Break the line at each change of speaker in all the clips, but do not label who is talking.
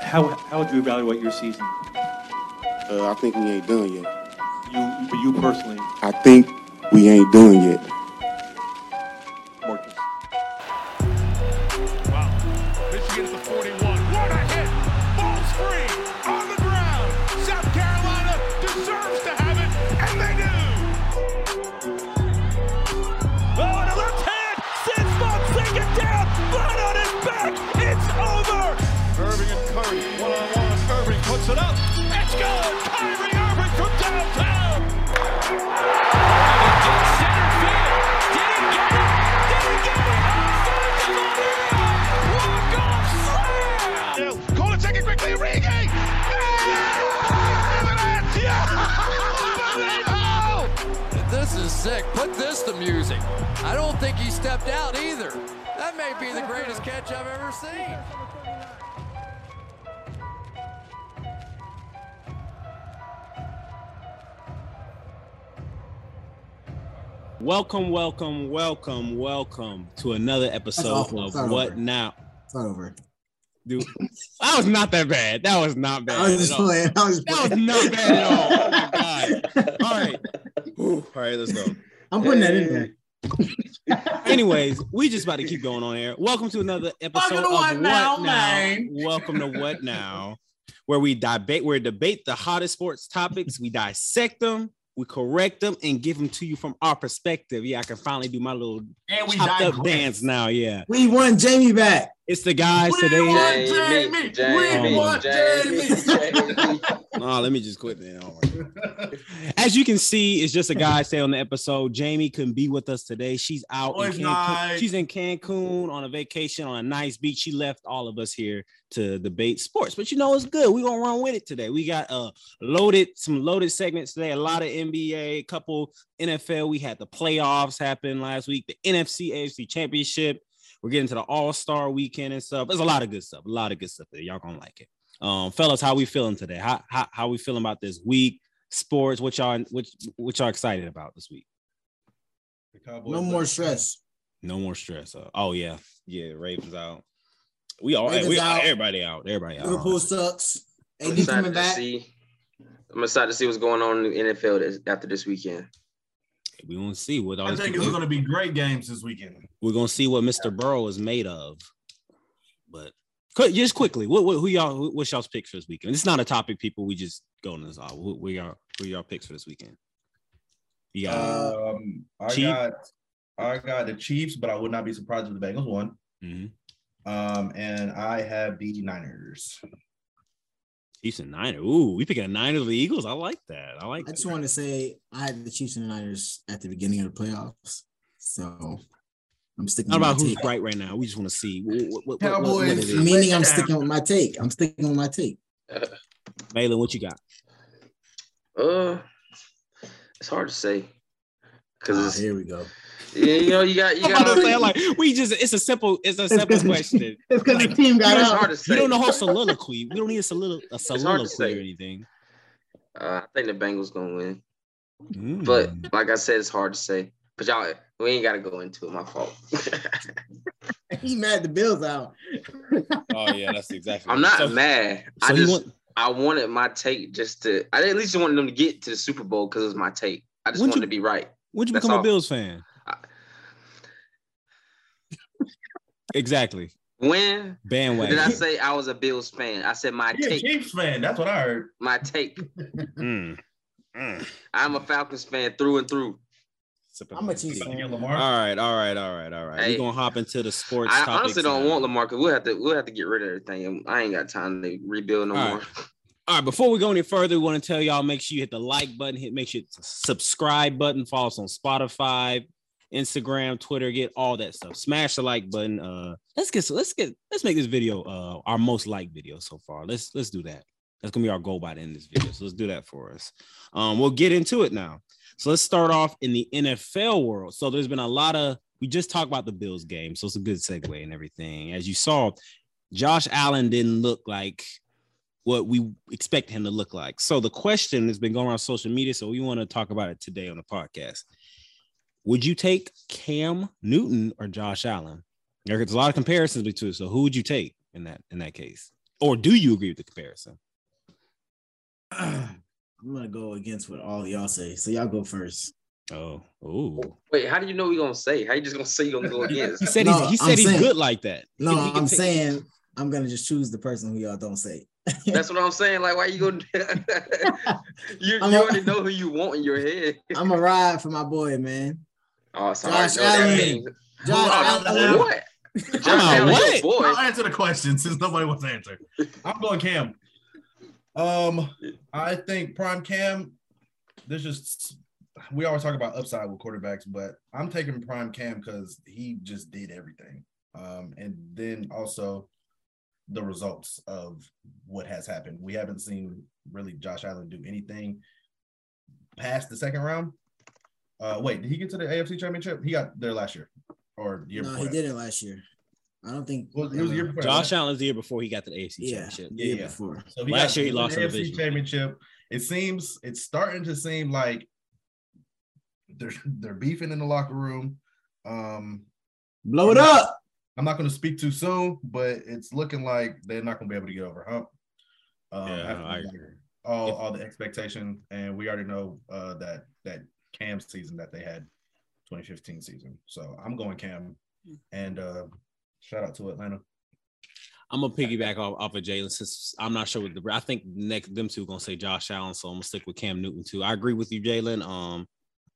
how, how would you evaluate your season?
Uh, I think we ain't done yet.
You, but you personally,
I think we ain't done yet.
Marcus.
Wow. Michigan at the 41. What a hit! Ball's free on the ground. South Carolina deserves to have it, and they do. Oh, and a left hand. Sinsbaum second down. Flat on his back. It's over. Irving and Curry one on one. Irving puts it up. It's good. Kyrie Irving from downtown. And it's center field. Did he get it? Did he get it? Call it second quickly, Enrique! Yeah!
This is sick. Put this to music. I don't think he stepped out either. That may be the greatest catch I've ever seen.
Welcome, welcome, welcome, welcome to another episode
awful.
of
Start
What
over.
Now.
It's not over.
Dude, that was not that bad. That was not bad.
I was just
at all.
playing. I was just
That was
playing.
not bad at all. Oh my god. All right. All right, let's go.
I'm putting that in there.
Anyways, we just about to keep going on air. Welcome to another episode
Welcome
of
to
What
What
Now.
Now, man.
Welcome to What Now, where we debate, where debate the hottest sports topics. We dissect them, we correct them, and give them to you from our perspective. Yeah, I can finally do my little
And we
chopped
digress.
up dance now. Yeah,
We won Jamie back.
it's the guys
We
today.
want-
Jamie,
Jamie, we
Jamie,
want
Jamie, Jamie.
Oh, let me just quit then. Oh my God. As you can see, it's just a guy stay on the episode. Jamie couldn't be with us today. She's out.
Oh,
In
it's
Cancun.
nice.
She's in Cancun on a vacation on a nice beach. She left all of us here to debate sports, but you know it's good. We're gonna run with it today. We got uh loaded some loaded segments today. A lot of NBA, a couple NFL. We had the playoffs happen last week. The NFC AFC Championship. We're getting to the All Star Weekend and stuff. There's a lot of good stuff. A lot of good stuff there. Y'all gonna like it. Um, fellas, how we feeling today? How how how we feeling about this week? Sports, what y'all what what y'all excited about this week?
No more stress.
No more stress. Uh, oh yeah, yeah. Ravens out. We all
Ravens
we,
out.
everybody out. Everybody out.
Liverpool sucks.
I'm
AD
excited
coming
to
back.
see. I'm excited to see what's going on in the NFL this, after this weekend.
We gonna see what all
I
these
think
people,
it's going to be great games this weekend.
we're gonna see what Mr. Burrow is made of. But quick- just quickly, what, what who y'all who- what's y'all's picks for this weekend? It's not a topic, people. We just going this off. Who, who y'all who y'all picks for this weekend? You got
Uh,
Um, I
Chief-
got I got the Chiefs, but I would not be surprised if the Bengals won.
mhm.
Um, and I have the Niners.
Chiefs and Niners. Ooh, we picking a Niners or the Eagles. I like that. I like.
I just
that.
want to say I had the Chiefs and the Niners at the beginning of the playoffs. So I'm sticking
Not
with
about
my
who's
take.
right right now. We just want to see what, what, what, what, what it
Cowboys.
is.
Meaning I'm sticking with my take. I'm sticking with my take.
Malin, what you got?
Uh, it's hard to say
Ah,
because
here we go.
you know you got you
I'm about
got.
to say, I'm like, we just, it's a simple, it's a simple
because-
question.
It's because the team got
it's
out.
hard to say.
You don't know whole soliloquy. We don't need a, solilo-
hard
a
to
soliloquy
say.
or anything.
Uh, I think the Bengals gonna win,
Mm.
but like I said, it's hard to say. But y'all, we ain't gotta go into it. My fault.
He's mad the Bills out.
oh yeah, that's exactly.
I'm not
So-
mad. I
so you
just
want-
I wanted my take just to. I at least wanted them to get to the Super Bowl because it's my take. I just
Wouldn't
wanted to be
you-
right.
When'd you
That's
become a
all.
Bills fan?
I-
exactly.
When did I
Bandwagon.
say I was a Bills fan? I said my
Yeah,
take.
Chiefs fan. That's what I heard.
My take.
Mm. Mm.
I'm a Falcons fan through and through.
Sipping
I'm a
my
Chiefs
tea.
About to get
fan.
All
Lamar.
right, all right, all right, all right.
Hey.
We're gonna hop into the sports.
I
topics
honestly don't
now.
want Lamar because we'll have to we'll have to get rid of everything. and I ain't got time to rebuild no
All
more.
All right, before we go any further, we want to tell y'all make sure you hit the like button, hit make sure you hit the subscribe button, follow us on Spotify, Instagram, Twitter, get all that stuff. Smash the like button. Uh let's get let's get let's make this video uh our most liked video so far. Let's let's do that. That's gonna be our goal by the end of this video. So let's do that for us. Um, we'll get into it now. So let's start off in the NFL world. So there's been a lot of we just talked about the Bills game, so it's a good segue and everything. As you saw, Josh Allen didn't look like what we expect him to look like. So the question has been going around social media, so we want to talk about it today on the podcast. Would you take Cam Newton or Josh Allen? There's a lot of comparisons between. So who would you take in that in that case? Or do you agree with the comparison?
I'm gonna go against what all y'all say. So y'all go first.
Oh, oh.
Wait, how do you know you gonna say? How you just gonna say you gonna go against?
He said
No,
he's he
I'm
said he's
saying-
good like that.
No,
He can- he can
I'm
take-
saying I'm gonna just choose the person who y'all don't say.
That's what I'm saying. Like, why you going? you, you
I'm a-
already know who you want in your head.
I'm a ride for my boy, man.
Oh, sorry.
Josh
no, that
Allen.
means-
Josh
Oh, no,
Allen.
what? Josh
on,
Allen, your
what?
boy.
I'll answer the question since nobody wants to answer.
I'm going Cam. Um, I think prime Cam. There's just we always talk about upside with quarterbacks, but I'm taking prime Cam because he just did everything. Um, and then also the results of what has happened. We haven't seen really Josh Allen do anything past the second round. Uh, wait, did he get to the AFC Championship? He got there last year or the year
No,
before.
he
that.
did it last year. I don't think
Well, it was the year
uh,
before. that,
Josh
right?
Allen's the year before he got to the AFC
Yeah,
championship.
the year
Yeah.
before.
So
Last year he
to
lost in the
AFC
division.
championship. It seems it's starting to seem like they're they're beefing in the locker room. Um,
Blow it up.
I'm not going to speak too soon, but it's looking like they're not going to be able to get over a hump. Um,
Yeah,
after,
I
like,
agree.
all all the expectation, and we already know uh, that that Cam season that they had, 2015 season. So I'm going Cam, and uh, shout out to Atlanta.
I'm gonna piggyback off, off of Jalen since I'm not sure what the I think next them two gonna say Josh Allen, so I'm gonna stick with Cam Newton too. I agree with you, Jalen. Um,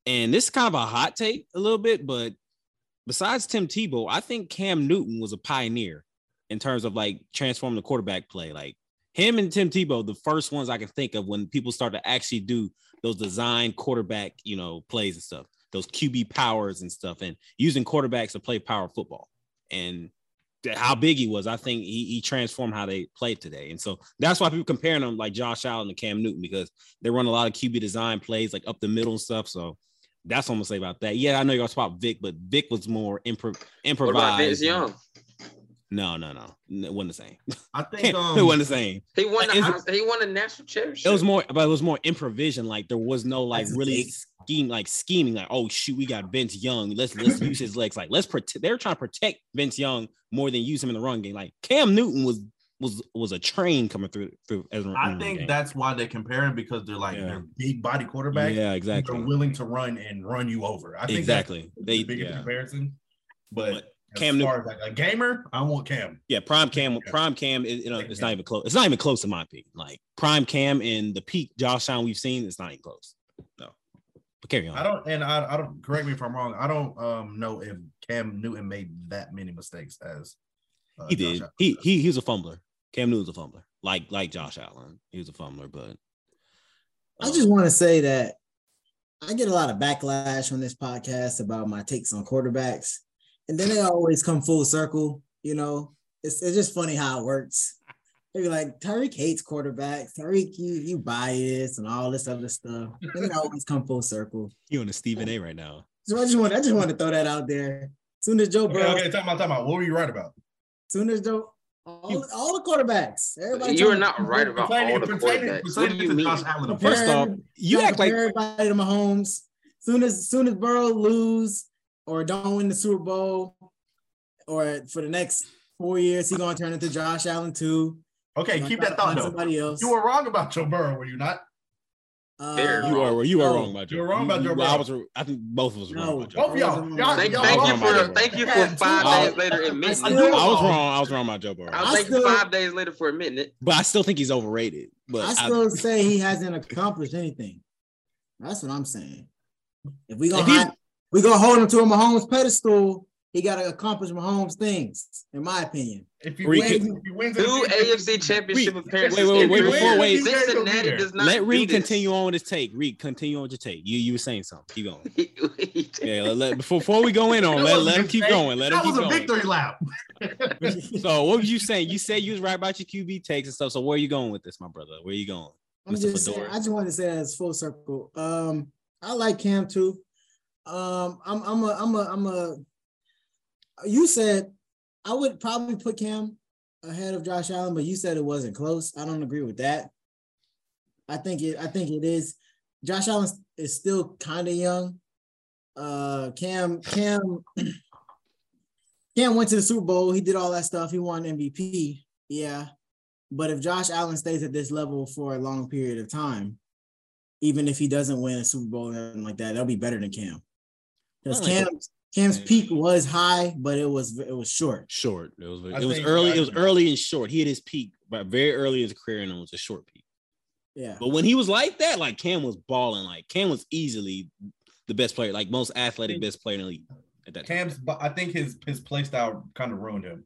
and this is kind of a hot take a little bit, but besides Tim Tebow, I think Cam Newton was a pioneer in terms of like transforming the quarterback play. Like him and Tim Tebow, the first ones I can think of when people start to actually do those design quarterback, you know, plays and stuff, those QB powers and stuff, and using quarterbacks to play power football. And that how big he was, I think he, he transformed how they played today. And so that's why people comparing him like Josh Allen and Cam Newton because they run a lot of QB design plays like up the middle and stuff. So that's what I'm gonna say about that. Yeah, I know you're gonna swap Vic, but Vic was more impro-
What
improvised.
about Vince Young?
No, no, no. N- It wasn't the same.
I think
it
um,
wasn't the same.
He won.
Is-
The, he won the national championship.
It was more, but it was more improvisation. Like there was no like
That's a
really
take.
scheme, like scheming. Like oh shoot, we got Vince Young. Let's let's use his legs. Like let's protect. They're trying to protect Vince Young more than use him in the run game. Like Cam Newton was was was a train coming through through. As a
I
run game.
think that's why they compare him because they're like
Yeah.
they're
Big body quarterback.
yeah, exactly,
They're willing to run and run you over. I think that's
exactly. They
the biggest
yeah.
comparison. But,
Cam
as far as like a gamer, I want Cam.
Yeah, prime cam, prime cam. It, you know, it's not even close. It's not even close in my opinion. Like prime cam and the peak Josh Allen we've seen, it's not even close. No, but carry on.
I don't, and I, I don't. Correct me if I'm wrong. I don't um know if Cam Newton made that many mistakes as uh,
he
Josh
did.
Allen
He
does.
he he's a fumbler. Cam Newton's a fumbler. Like like Josh Allen, he was a fumbler. But
I
um,
just want to say that I get a lot of backlash on this podcast about my takes on quarterbacks, and then they always come full circle. You know, it's it's just funny how it works. They be like, Tyreek hates quarterbacks. Tyreek, you you biased and all this other stuff. And it always come full circle.
you on a Stephen A. right now.
So I just want I just want to throw that out there. Soon as Joe
Okay,
Burrow,
okay, talk about, talk about. What were you right about?
soon as Joe, all, all the quarterbacks, Oh, everybody.
you are
trying to-
not right about all the
pertaining, pertaining,
quarterbacks. What do
pertaining
you
to
mean?
Josh Allen. of
Compare-
course.
First off, you
Trying to
act like
compare everybody to Mahomes. Soon as soon as Burrow lose or don't win the Super Bowl, or for the next four years, he's gonna turn into Josh Allen too.
Okay,
Gonna
keep
try
that
to
thought
find
though.
Somebody else.
You were wrong about Joe Burrow, were you not?
Uh,
There.
you are you are
No.
wrong about Joe.
You're wrong about Joe
I
Burrow.
was. I think both of us were
No.
wrong about Joe.
Both of
Burrow.
y'all. y'all,
Thank,
y'all
thank you
wrong
for
about Joe
the,
Burrow.
thank you for
Yeah,
five
two-
days later
I
admitting.
still-
it.
I was wrong. I was wrong about Joe Burrow.
I was
I
like
still-
five days later for admitting it.
but I still think he's overrated. But
I
I
still say he hasn't accomplished anything. That's what I'm saying. If we gonna
If he-
hide- we gonna hold him to a Mahomes pedestal, he gotta accomplish Mahomes things, in my opinion.
If he
Reek-
wins, if he wins,
Two AFC championship
Wait,
appearances.
wait, wait,
in
wait,
three
wait,
years.
wait.
Cincinnati does not
let
do
Reed
this.
continue on with his take. Reed, continue on with your take. You you were saying something. Keep going.
yeah,
Yeah, let, let- before before we go in on, let, let him keep going. Let him
That
keep
was a
going.
victory lap.
So what were you saying? You said you was right about your QB takes and stuff. So where are you going with this, my brother? Where are you going?
I'm
Mr.
just saying,
Fedora.
I just wanted to say that it's full circle. Um, I like Cam too. Um, I'm I'm a I'm a I'm a. You said I would probably put Cam ahead of Josh Allen, but you said it wasn't close. I don't agree with that. I think it. I think it is. Josh Allen is still kind of young. Uh, Cam Cam Cam went to the Super Bowl. He did all that stuff. He won MVP. Yeah, But if Josh Allen stays at this level for a long period of time, even if he doesn't win a Super Bowl or anything like that, that'll be better than Cam. Because
I like
Cam's Cam's peak was high, but it was it was short.
Short. It was
I
it was
think-
early.
I-
It was early and short. He hit his peak, but very early in his career, and it was a short peak.
Yeah.
But when he was like that, like Cam was balling. Like Cam was easily the best player, like most athletic best player in the league at that time.
Cam's, but I think his his play style kind of ruined him.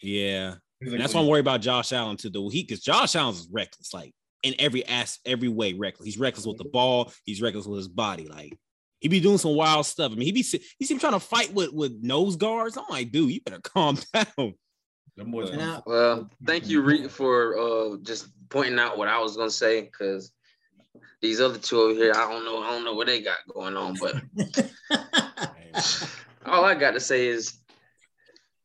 Yeah,
He's
and
like,
that's why I'm worried about Josh Allen too. Though he, because Josh Allen's reckless, like in every ass, every way reckless. He's reckless with the ball. He's reckless with his body. Like he be doing some wild stuff. I mean, he be si- he seem trying to fight with with nose guards. I'm like, dude, you better calm down.
them boys
And
gonna
I,
Well, thank you, Reed, for uh, just pointing out what I was gonna say because these other two over here, I don't know, I don't know what they got going on, but all I got to say is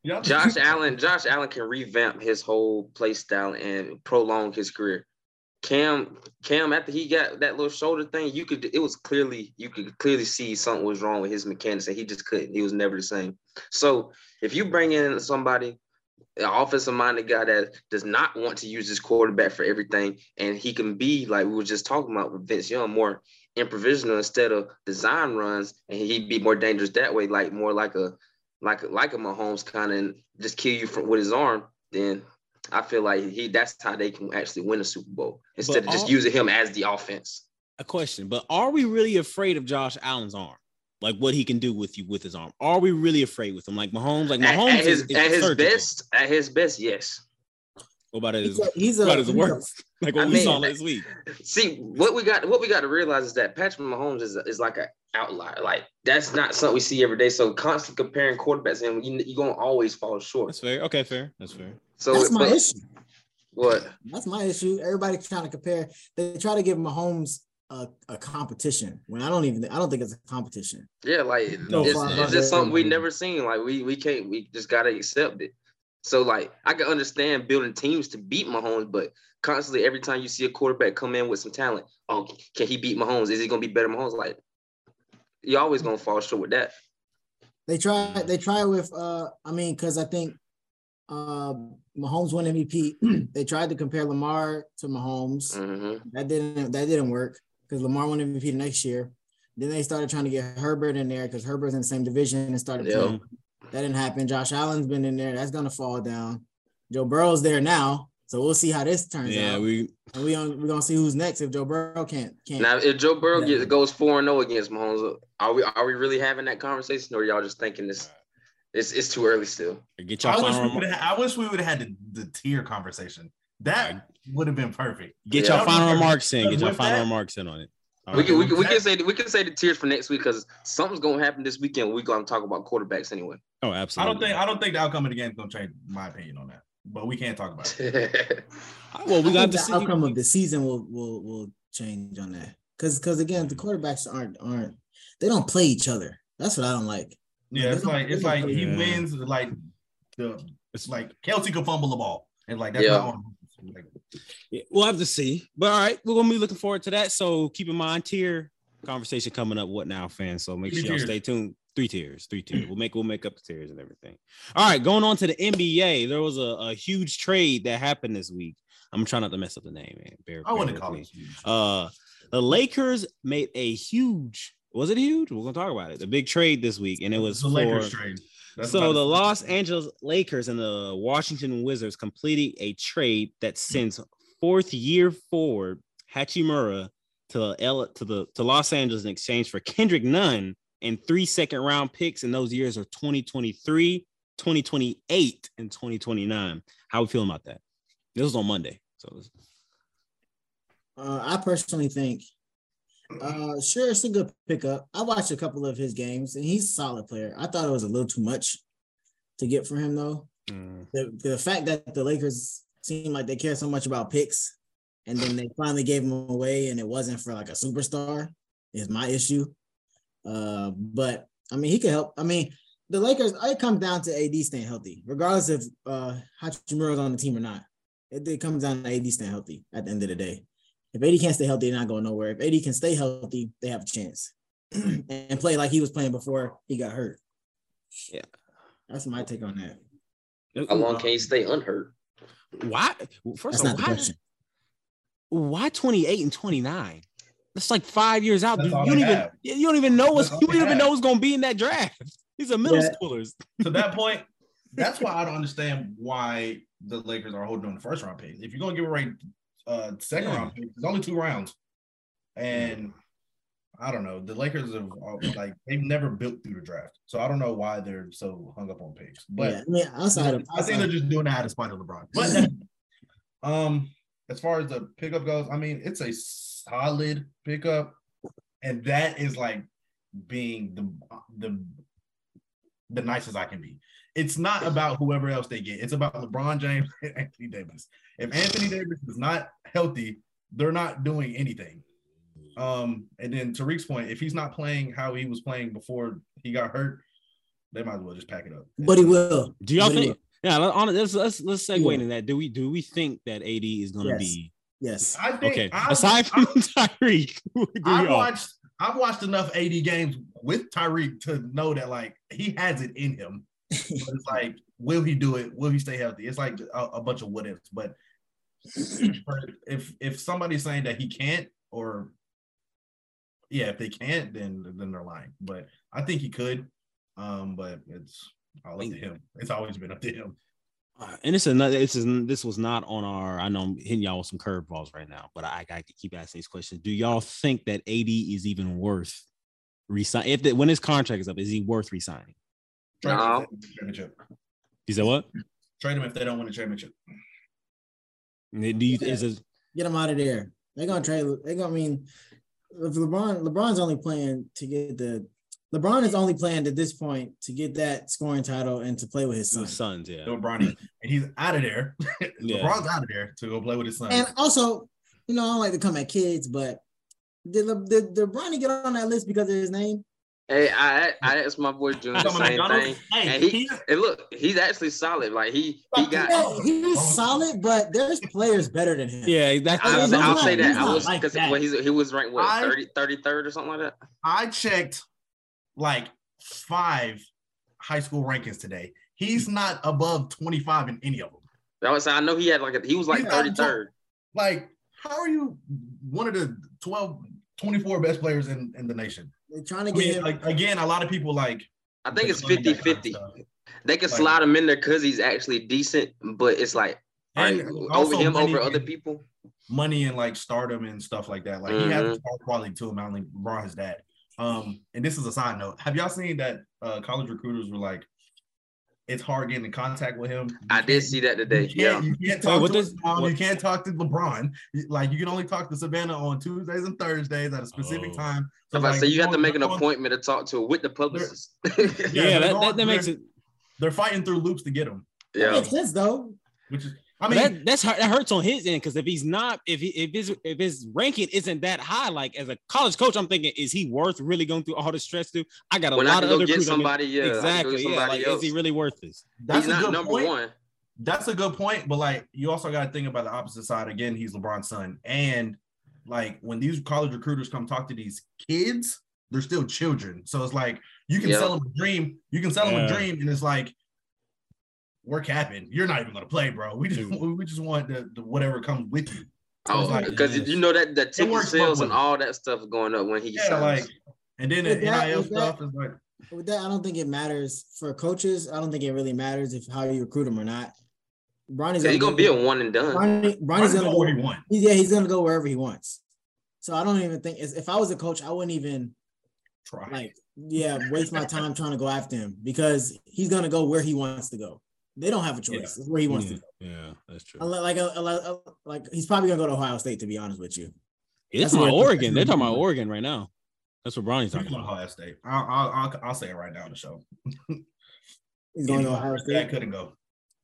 Y'all just-
Josh Allen. Josh Allen can revamp his whole play style and prolong his career. Cam, Cam, after he got that little shoulder thing, you could it was clearly you could clearly see something was wrong with his mechanics, and he just couldn't. He was never the same. So if you bring in somebody, an offensive-minded guy that does not want to use his quarterback for everything, and he can be like we were just talking about with Vince Young, more improvisational instead of design runs, and he'd be more dangerous that way, like more like a like like a Mahomes kind of just kill you from with his arm, then I feel like he that's how they can actually win a Super Bowl instead of just
all-
using him as the offense.
a question, but are we really afraid of Josh Allen's arm? Like what he can do with you with his arm? Are we really afraid with him? Like Mahomes, like
At,
Mahomes
at his
is, is
at his
surgical.
best, at his best, yes.
What about his?
he's a, he's a,
What about
he's
his
a-
worst? Like what
I
we
mean,
saw last week.
See what we got. What we got to realize is that Patrick Mahomes is is like an outlier. Like that's not something we see every day. So constantly comparing quarterbacks, and you you're gonna always fall short.
That's fair. Okay, fair. That's fair.
So
That's my
but-
issue.
What?
That's my issue. Everybody trying to compare. They try to give Mahomes a, a competition when I don't even. I don't think it's a competition.
Yeah, like
No,
it's,
fine,
it's
fine.
just something we never seen. Like we we can't we just gotta accept it. So like I can understand building teams to beat Mahomes, but constantly every time you see a quarterback come in with some talent, oh can he beat Mahomes? Is he gonna be better than Mahomes? Like you always gonna fall short with that.
They try. They try with. Uh, I mean, because I think uh, Mahomes won MVP. they tried to compare Lamar to Mahomes.
hmm
That didn't. That didn't work because Lamar won MVP the next year. Then they started trying to get Herbert in there because Herbert's in the same division and started
Yeah.
playing. That didn't happen. Josh Allen's been in there. That's gonna fall down. Joe Burrow's there now, so we'll see how this turns out.
Yeah, we.
And we on, we're gonna see who's next if Joe Burrow can't can't.
Now if Joe Burrow
Yeah.
gets, goes four and zero against Mahomes, are we are we really having that conversation, or y'all just thinking this? It's it's too early still.
Get your
I wish,
final.
we
Rem-
would've- I wish we would have had the, the tier conversation.
Right.
That would have been perfect.
get
Yeah.
your final remarks in. Get your
With
final
that-
remarks in on it. All
We
right.
can, we, can, we can
Exactly.
say we can say the tears for next week because something's gonna happen this weekend. We're gonna talk about quarterbacks anyway.
Oh,
I don't
absolutely.
think I don't think the outcome of the game is gonna change my opinion on that. But we can't talk about it.
All right, Well, we
I
got
think
to
the
see.
outcome of the season will will will change on that because because again the quarterbacks aren't aren't they don't play each other. That's what I don't like.
Yeah, it's like it's like he
Yeah.
wins like the it's like Kelsey could fumble the ball and like that's
Yeah.
not on. him. Like,
Yeah, We'll have to see. But all right, we're gonna be looking forward to that. So keep in mind, tier conversation coming up. What now, fans? So make
Three
sure y'all
tiers.
stay tuned. Three tiers, three tiers. We'll make we'll make up the tiers and everything. All right, going on to the NBA. There was a, a huge trade that happened this week. I'm trying not to mess up the name, man. Bear,
I
bear
wouldn't
with
call
me.
it.
Uh, the Lakers made a huge. Was it huge? We're gonna talk about it. The big trade this week, and it was
It's the
for,
Lakers trade. That's
so
about
the
it.
Los Angeles Lakers and the Washington Wizards completing a trade that
Hmm.
sends fourth year forward Hachimura to the L- to the to Los Angeles in exchange for Kendrick Nunn and three second round picks in those years are 2023, 2028, and 2029. How we feeling about that? This was on Monday. So this-
Uh, I personally think, uh, sure it's a good pickup. I watched a couple of his games and he's a solid player. I thought it was a little too much to get for him though. The the fact that the Lakers seem like they care so much about picks, and then they finally gave him away and it wasn't for like a superstar is my issue. Uh, but I mean, he could help. I mean, the Lakers, it comes down to AD staying healthy, regardless if uh, Hachimura's on the team or not. It, it comes down to AD staying healthy at the end of the day. If AD can't stay healthy, they're not going nowhere. If AD can stay healthy, they have a chance and play like he was playing before he got hurt.
Yeah.
That's my take on that.
How long can you stay unhurt?
Why? First of all,
That's not the
why,
question.
why 28 and 29? That's like five years out.
That's
dude.
all
you don't
they
even
have.
you don't even know what's
That's all
you don't
they
even
have.
know what's gonna be in that draft. These are middle
Yeah.
schoolers.
to that point, that's why I don't understand why the Lakers are holding on the first round pick. If you're gonna give away uh second
Yeah.
round pick, there's only two rounds. And I don't know. The Lakers have are, like they've never built through the draft. So I don't know why they're so hung up on picks. But
yeah, I mean, outside of
I think they're just doing that out of spite of LeBron. But um, as far as the pickup goes, I mean, it's a solid pickup, and that is like being the the the nicest I can be. It's not about whoever else they get. It's about LeBron James and Anthony Davis. If Anthony Davis is not healthy, they're not doing anything. Um, and then Tariq's point, if he's not playing how he was playing before he got hurt, they might as well just pack it up.
but he will.
Do y'all
But he
think?
will.
Yeah, let- on, let's let's let's segue
Yeah.
into that. Do we do we think that AD is gonna
Yes.
be
Yes.
I think
okay?
I-
Aside from Tyreek, who agree
I've
all?
watched I've watched enough AD games with Tyreek to know that like he has it in him. But it's like, will he do it? Will he stay healthy? It's like a, a bunch of what ifs. But if if somebody's saying that he can't, or yeah, if they can't, then then they're lying. But I think he could. Um, but it's all up to him. It's always been up to him.
Uh, and it's another. This is this was not on our. I know I'm hitting y'all with some curveballs right now, but I, I keep asking these questions. Do y'all think that AD is even worth resign? If the, when his contract is up, is he worth resigning?
Trade him
No.
if they don't win the championship.
You said what?
Trade him if they don't win the championship.
Do you, is it,
Get him out of there. They're gonna trade. They're gonna I mean if LeBron LeBron's only playing to get the LeBron is only playing at this point to get that scoring title and to play with his son.
the Suns? Yeah.
No Bronny. And he's out of there.
Yeah.
LeBron's out of there to go play with his son.
And also, you know, I don't like to come at kids, but did Le, did, did Bronny get on that list because of his name?
Hey, I I asked my boy June the
Come on,
same
McDonald's.
thing.
Hey,
And he,
he-
and look, he's actually solid. Like he he got.
Yeah,
Oh.
he's solid, but there's players better than him.
Yeah, that,
I,
He's
I'll
not-
say that
he's
I
not
was
like
because
that.
well, he's, he was ranked what
I-
30, 33rd or something like that.
I checked like five high school rankings today. He's not above 25 in any of them.
I was I know he had like a, he was like
He's not-
33rd.
Like, how are you one of the 12, 24 best players in, in the nation?
They're trying to
I
get
mean,
him.
like, again, a lot of people like,
I think it's
they
50
love that kind of
50.
stuff.
They can
Like-
slide him in there because he's actually decent, but it's like all right,
And
over
also
him
money
over
and-
other people.
money and like stardom and stuff like that. Like he has a star quality to him, not only LeBron his dad. Um, and this is a side note. Have y'all seen that uh college recruiters were like, it's hard getting in contact with him.
I did see that today.
You
Yeah.
can't, you can't
Wait,
talk
what
to
does-
his mom,
what-
you can't talk to LeBron. You- Like you can only talk to Savannah on Tuesdays and Thursdays at a specific
Oh.
time.
So, like,
like,
so you have to
they're
make an
going-
appointment to talk to with the publicist.
yeah,
they're
that,
going-
that, that makes
they're-
it.
They're fighting through loops to get him,
That
yeah.
makes sense though.
which is I mean
that, that's hurt, that hurts on his end because if he's not, if he, if his if his ranking isn't that high, like as a college coach, I'm thinking, is he worth really going through all the stress? Through I got a
When I
lot
can
of
go
other
get
crews. I'm in-
somebody, yeah, I can go get
exactly. Yeah,
somebody
like,
else.
is he really worth this?
that's
he's
a
not
good
number
point.
one.
That's a good point, but like you also got to think about the opposite side. Again, he's LeBron's son, and like when these college recruiters come talk to these kids, they're still children. So it's like you can
Yeah.
sell them a dream, you can sell them
Yeah.
a dream, and it's like work happened. You're not even gonna play, bro. We just we just want the, the whatever comes with you. So it's
Oh,
like,
because you know that that ticket
works both
sales and
ways.
all that stuff going up when he
yeah,
signs.
like and then
With
the
that-
NIL
with that-
stuff is like
With that, I don't think it matters for coaches. I don't think it really matters if how you recruit him or not. Bronny's
he's gonna be a one and done.
Bronny, Bronny's gonna
where
go.
he won.
Yeah, he's gonna go wherever he wants. So I don't even think if I was a coach, I wouldn't even
Try.
like yeah waste my time trying to go after him because he's gonna go where he wants to go. They don't have a choice. It's where he wants to
yeah,
go.
yeah, that's true.
Unless, like, uh, uh, uh, like he's probably gonna go to Ohio State. To be honest with you,
Yeah, they're
That's
talking about
what-
Oregon. They're talking about Oregon right now. That's what Bronny's
He's
talking
going to
about.
Ohio State. I'll, I'll, I'll, I'll say it right now on the show.
he's going to Ohio
That
State.
couldn't go.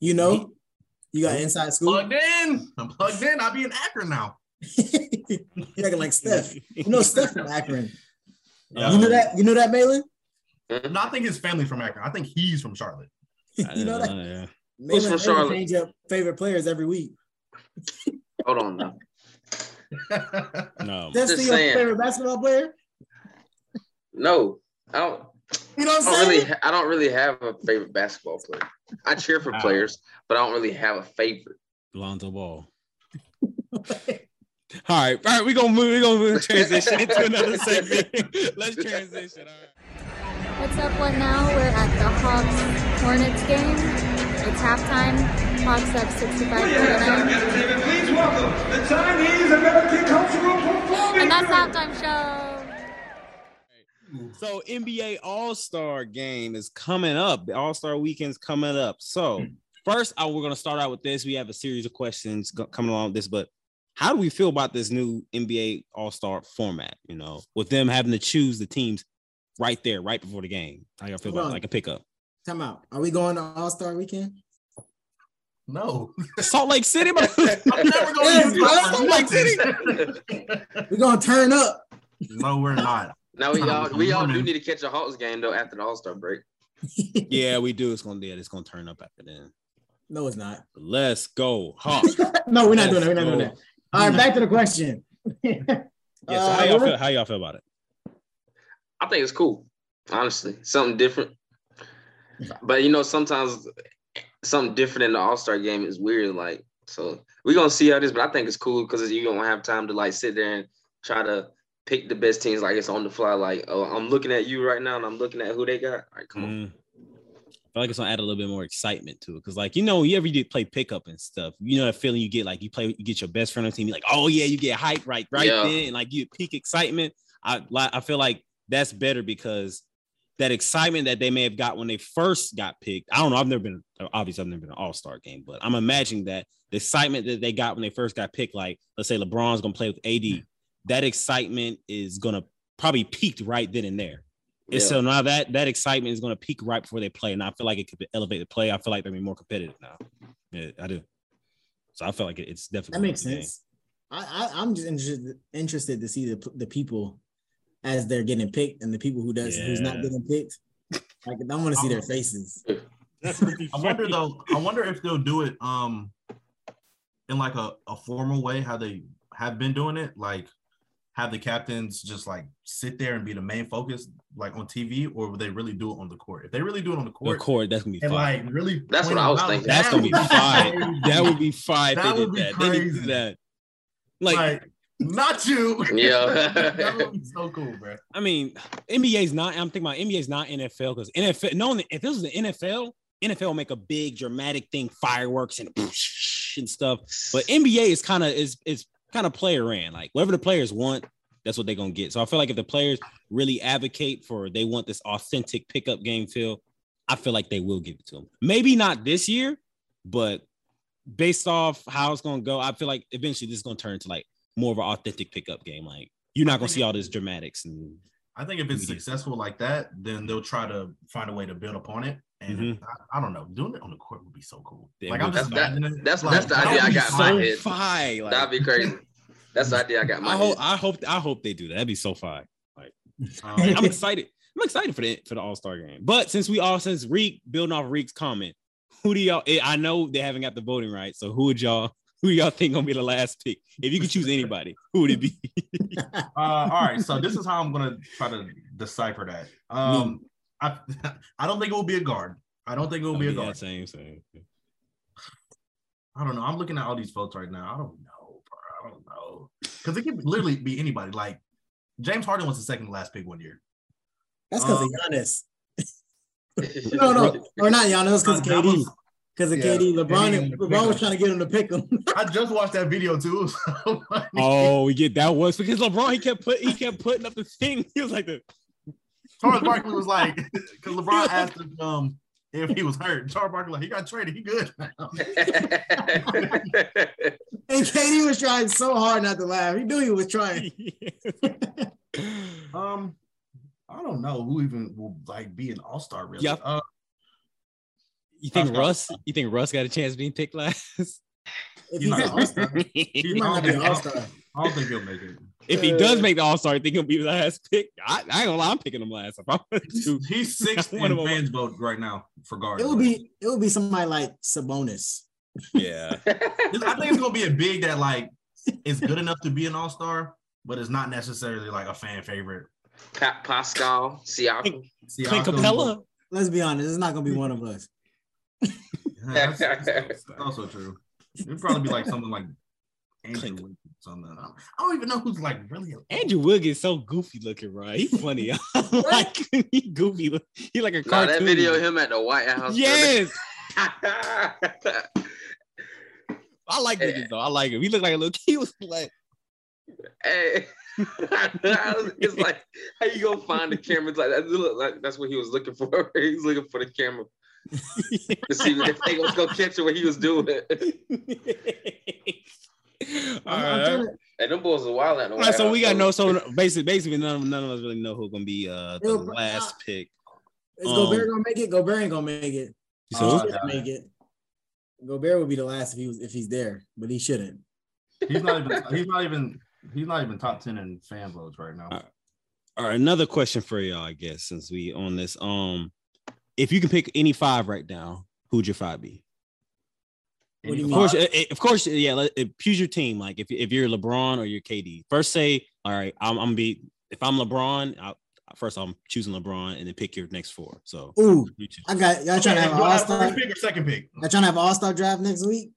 You know, you got inside scoop.
plugged in. I'm plugged in. I'll be in Akron now.
You're acting like Steph. You know Steph from Akron.
Yeah.
You know that. You know that, Malin.
No, I think his family's from Akron. I think he's from Charlotte.
You know that.
Yeah.
Malin,
from
Malin
Charlotte?
Change up favorite players every week.
Hold on now.
No.
That's
Just
your
saying.
favorite basketball player.
No, I don't.
You know
I
what I'm
don't
saying?
really. I don't really have a favorite basketball player. I cheer for
Wow.
players, but I don't really have a favorite.
Lonzo Ball. All right, all right, we're gonna move, we're gonna move, transition into another segment. Let's transition. All right.
What's up, what now? We're at the Hawks Hornets game. It's halftime. Hawks up 65
Please welcome the Chinese American Cultural
And that's halftime show.
So NBA All Star Game is coming up. The All Star Weekend's coming up. So first, I, we're gonna start out with this. We have a series of questions go- coming along with this, but how do we feel about this new NBA All Star format? You know, with them having to choose the teams right there, right before the game. How y'all feel
Hold
about
on.
like a pickup?
Time out. Are we going to All Star Weekend?
No,
Salt Lake City, bro.
I'm never going
Yes,
to use that
bro.
for
Like,
nothing.
We're gonna turn up.
No, we're not.
Now we all we all do
Morning.
need to catch a Hawks game though after the All Star break.
yeah, we do. It's gonna yeah, it's gonna turn up after then.
No, it's not.
Let's go, Hawks.
No, we're not doing that. We're
Let's
not doing
go.
that. All right, back to the question.
Yeah, so how
Uh,
y'all
we're-
feel? How y'all feel about it?
I think it's cool, honestly. Something different. But you know, sometimes something different in the All Star game is weird. Like, so we're gonna see how this. But I think it's cool because you don't have time to like sit there and try to pick the best teams. Like it's on the fly. Like, oh, I'm looking at you right now, and I'm looking at who they got. All right, come on.
Mm. I feel like it's gonna add a little bit more excitement to it. Cause like you know, you ever did play pickup and stuff, you know that feeling you get like you play you get your best friend on the team, you're like, oh yeah, you get hype right right
Yeah.
then, and like you peak excitement. I like I feel like that's better because that excitement that they may have got when they first got picked. I don't know. I've never been obviously I've never been an all-star game, but I'm imagining that the excitement that they got when they first got picked, like let's say LeBron's gonna play with AD, that excitement is gonna probably peaked right then and there. And
Yeah.
so now that that excitement is going to peak right before they play, and I feel like it could elevate the play. I feel like they're gonna be more competitive now. Yeah, I do. So I feel like it- it's definitely
That makes
gonna be
sense. I, I I'm just interested interested to see the the people as they're getting picked and the people who does who's not
Yeah.
getting picked. Like I want to see their faces.
the game.
I wonder though. I wonder if they'll do it um in like a, a formal way, how they have been doing it, like have the captains just like sit there and be the main focus, like on TV, or would they really do it on the court? If they really do it on the
The
court,
court that's gonna be
and
fire.
like really,
That's what
point
I was
out,
thinking.
that's
that
gonna be
would
fire. That would be fire. If
That
they did
would be
that. They need to do
crazy.
that. Like,
like not you.
Yeah.
that would be so cool, bro.
I mean, NBA's not. I'm thinking about NBA's not NFL because NFL. No, if this was the NFL, NFL would make a big dramatic thing, fireworks and and stuff. But NBA is kind of is is kind of player ran. Like whatever the players want, that's what they're gonna get. So I feel like if the players really advocate for they want this authentic pickup game feel, I feel like they will give it to them. Maybe not this year, but based off how it's gonna go, I feel like eventually this is gonna turn into like more of an authentic pickup game. Like you're not gonna see all this dramatics and
I think if it's
Media.
successful like that, then they'll try to find a way to build upon it. And
Mhm.
I, I don't know, doing it on the court would be so cool.
It
like I'm
would.
just
That's- that-
imagining it.
that's-
Like,
that's the
that
idea
would
I
be
got in my
so-
head. It's
fi. Like,
That'd be crazy. That's the idea I got. in My
I hope
head.
I hope I hope they do that. That'd be so fi.
Um,
I'm excited. I'm excited for the for the All Star game. But since we all since Reek building off Reek's comment, who do y'all? eh, I know they haven't got the voting right, so who would y'all? Who y'all think gonna be the last pick? If you could choose anybody, who would it be?
uh, all right, so this is how I'm gonna try to decipher that. Um, I, I don't think it will be a guard. I don't think it will be a
Yeah,
guard.
same, same.
I don't know. I'm looking at all these folks right now. I don't know. Bro. I don't know because it could literally be anybody. Like James Harden was the second to last pick one year.
That's because
Um,
of Giannis. No, no, or not Giannis. Because
Uh,
of
that
KD.
was-
Because of
yeah,
KD. LeBron.
KD
LeBron was trying to get him to pick him.
I just watched that video too. So like,
Oh, we get that was because LeBron he kept put he kept putting up the thing. He was like the
Charles Barkley was like, because LeBron asked him um, if he was hurt. Charles Barkley like, he got traded. He good.
and KD was trying so hard not to laugh. He knew he was trying.
um, I don't know who even will like be an All Star really.
Yep.
Uh,
You think Russ? You think Russ got a chance of being picked last?
If
He's
he's
not
an
if
all-star, he might not be an
an all-star.
all-star.
I don't think he'll make it.
he does make the All Star, think he'll be the last pick. I, I ain't gonna lie, I'm picking him last. If I'm to,
He's, he's sixth
One
in
of them.
fans vote right now for guard.
It would be it would be somebody like Sabonis.
yeah,
I think it's gonna be a big that like is good enough to be an All Star, but it's not necessarily like a fan favorite.
Pa- Pascal Siakam.
See,
Clint Capella.
Let's be honest, it's not gonna be one of us.
That's, that's also true.
It'd probably be like someone like Andrew Wiggins on the. I don't- I don't even know who's like really.
Andrew Wiggins so goofy looking, right? He funny. like he goofy. look- He like a
Nah,
cartoon.
that video of him at the White House.
Yes,
hey,
I like niggas though. I like him. He looked like a little. He was like,
it's like how you gonna find the camera? It's like, that look like that's what he was looking for. He's looking for the camera to see if they was gonna catch it what he was doing.
All
And them boys are wild at the White
right, so
House,
we got
though.
no. So basically, basically, none of none of us really know who's gonna be uh the
Yo, bro,
last pick.
Is
Um,
Gobert gonna make it? Gobert ain't gonna make
You
it. He
said who?
shouldn't make it. Gobert would be the last if he was if he's there, but he shouldn't.
He's not even. He's not even. He's not even top ten in fan votes right
Uh,
now.
All right, another question for y'all, I guess, since we on this. Um, if you can pick any five right now, who'd your five be?
What do you
Of
mean?
course, eh, eh, of course, yeah. let- eh, Choose your team. Like if if you're LeBron or you're KD, first say, all right, I'm I'm be if I'm LeBron, I, first I'm choosing LeBron, and then pick your next four. So
Ooh,
you choose.
I got y'all trying to have an
do I
all
have
star.
first pick or second pick?
Y'all trying to have an all star draft next week?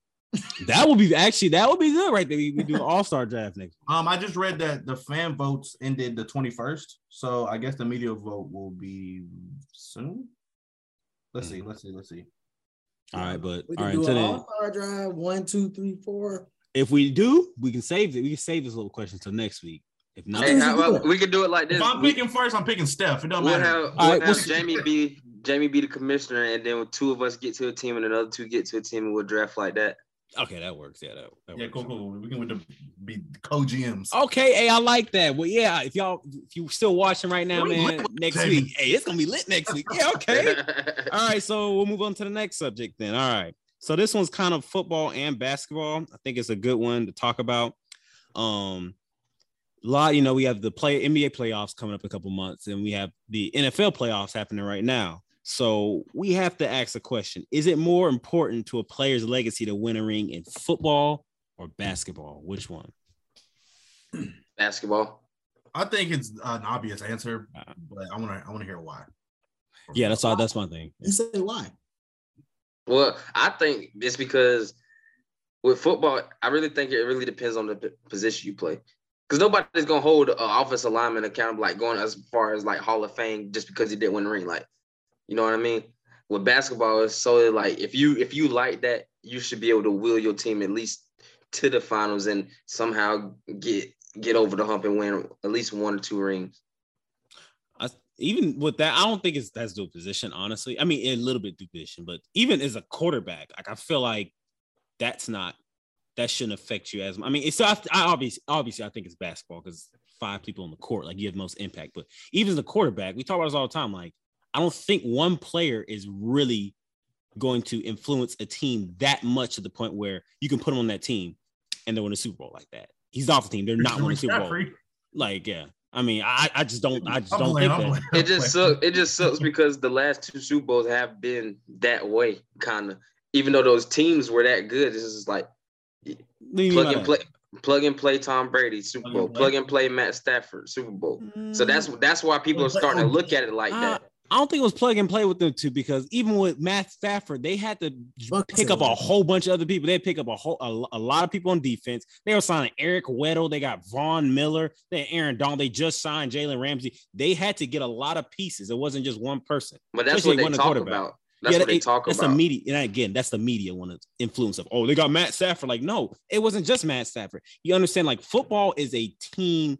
that would be actually that would be good, right? There, we, we do an All Star draft next.
Um, I just read that the fan votes ended the twenty first, so I guess the media vote will be soon. Let's
Hmm.
see. Let's see. Let's see.
All right, but
We
all
can
right,
do
until
an
then,
all star draft. One, two, three, four.
if we do, we can save it. We can save this little question till next week. If not,
Hey, how about- we could do it like this.
If I'm
We-
picking first, I'm picking Steph. It doesn't
We'll
matter.
have, we'll
All right,
have
what's-
Jamie be Jamie be the commissioner, and then two of us get to a team, and another two get to a team, and we'll draft like that.
okay, that works. Yeah, that, that
yeah,
works.
cool, cool. We can with the be co GMs.
Okay, hey, I like that. Well, yeah, if y'all if you still watching right now, man, next
Jamie.
week, hey, it's gonna be lit next week. Yeah, okay. All right, so we'll move on to the next subject then. All right. So this one's kind of football and basketball. I think it's a good one to talk about. Um a lot, you know, we have the play NBA playoffs coming up in a couple months, and we have the NFL playoffs happening right now. So we have to ask a question: Is it more important to a player's legacy to win a ring in football or basketball? Which one?
Basketball.
I think it's an obvious answer, but I want to. I want to hear why.
Uh, Yeah, that's all. That's my thing.
You say why?
Well, I think it's because with football, I really think it really depends on the p- position you play. Because nobody's gonna hold an offensive lineman accountable, like going as far as like Hall of Fame, just because he didn't win the ring. Like, you know what I mean? With basketball, it's so like if you if you like that, you should be able to will your team at least to the finals and somehow get get over the hump and win at least one or two rings.
I, even with that, I don't think it's that's dual position, honestly. I mean, a little bit dual position, but even as a quarterback, like I feel like that's not that shouldn't affect you as much. I mean, it's I, I obviously obviously I think it's basketball because five people on the court, like you have most impact. But even as a quarterback, we talk about this all the time. Like, I don't think one player is really going to influence a team that much to the point where you can put them on that team and they win a Super Bowl like that. He's off the team. They're not winning a Super Bowl.
McCaffrey.
Like, yeah. I mean, I, I just don't I just
I'm
don't
playing,
think
I'm
that.
playing, I'm
It just
playing.
sucks. It just sucks because the last two Super Bowls have been that way, kind of. Even though those teams were that good, it's just like
What do you mean
plug
by
and
that?
play, plug and play Tom Brady Super
Plug and
Bowl,
play?
plug and play Matt Stafford Super Bowl. So that's that's why people are
Plug and play.
starting to look at it like
Uh,
that.
I don't think it was plug and play with them two because even with Matt Stafford, they had to
Fuck
pick up a whole bunch of other people. They pick up a whole a, a lot of people on defense. They were signing Eric Weddle. They got Vaughn Miller. They had Aaron Donald. They just signed Jalen Ramsey. They had to get a lot of pieces. It wasn't just one person.
But that's what
especially
they
when a
talk
quarterback.
about. That's what they
it-
talk
that's
about.
the media, and again, that's the media one of influence of. Oh, they got Matt Stafford. Like, no, it wasn't just Matt Stafford. You understand? Like, football is a team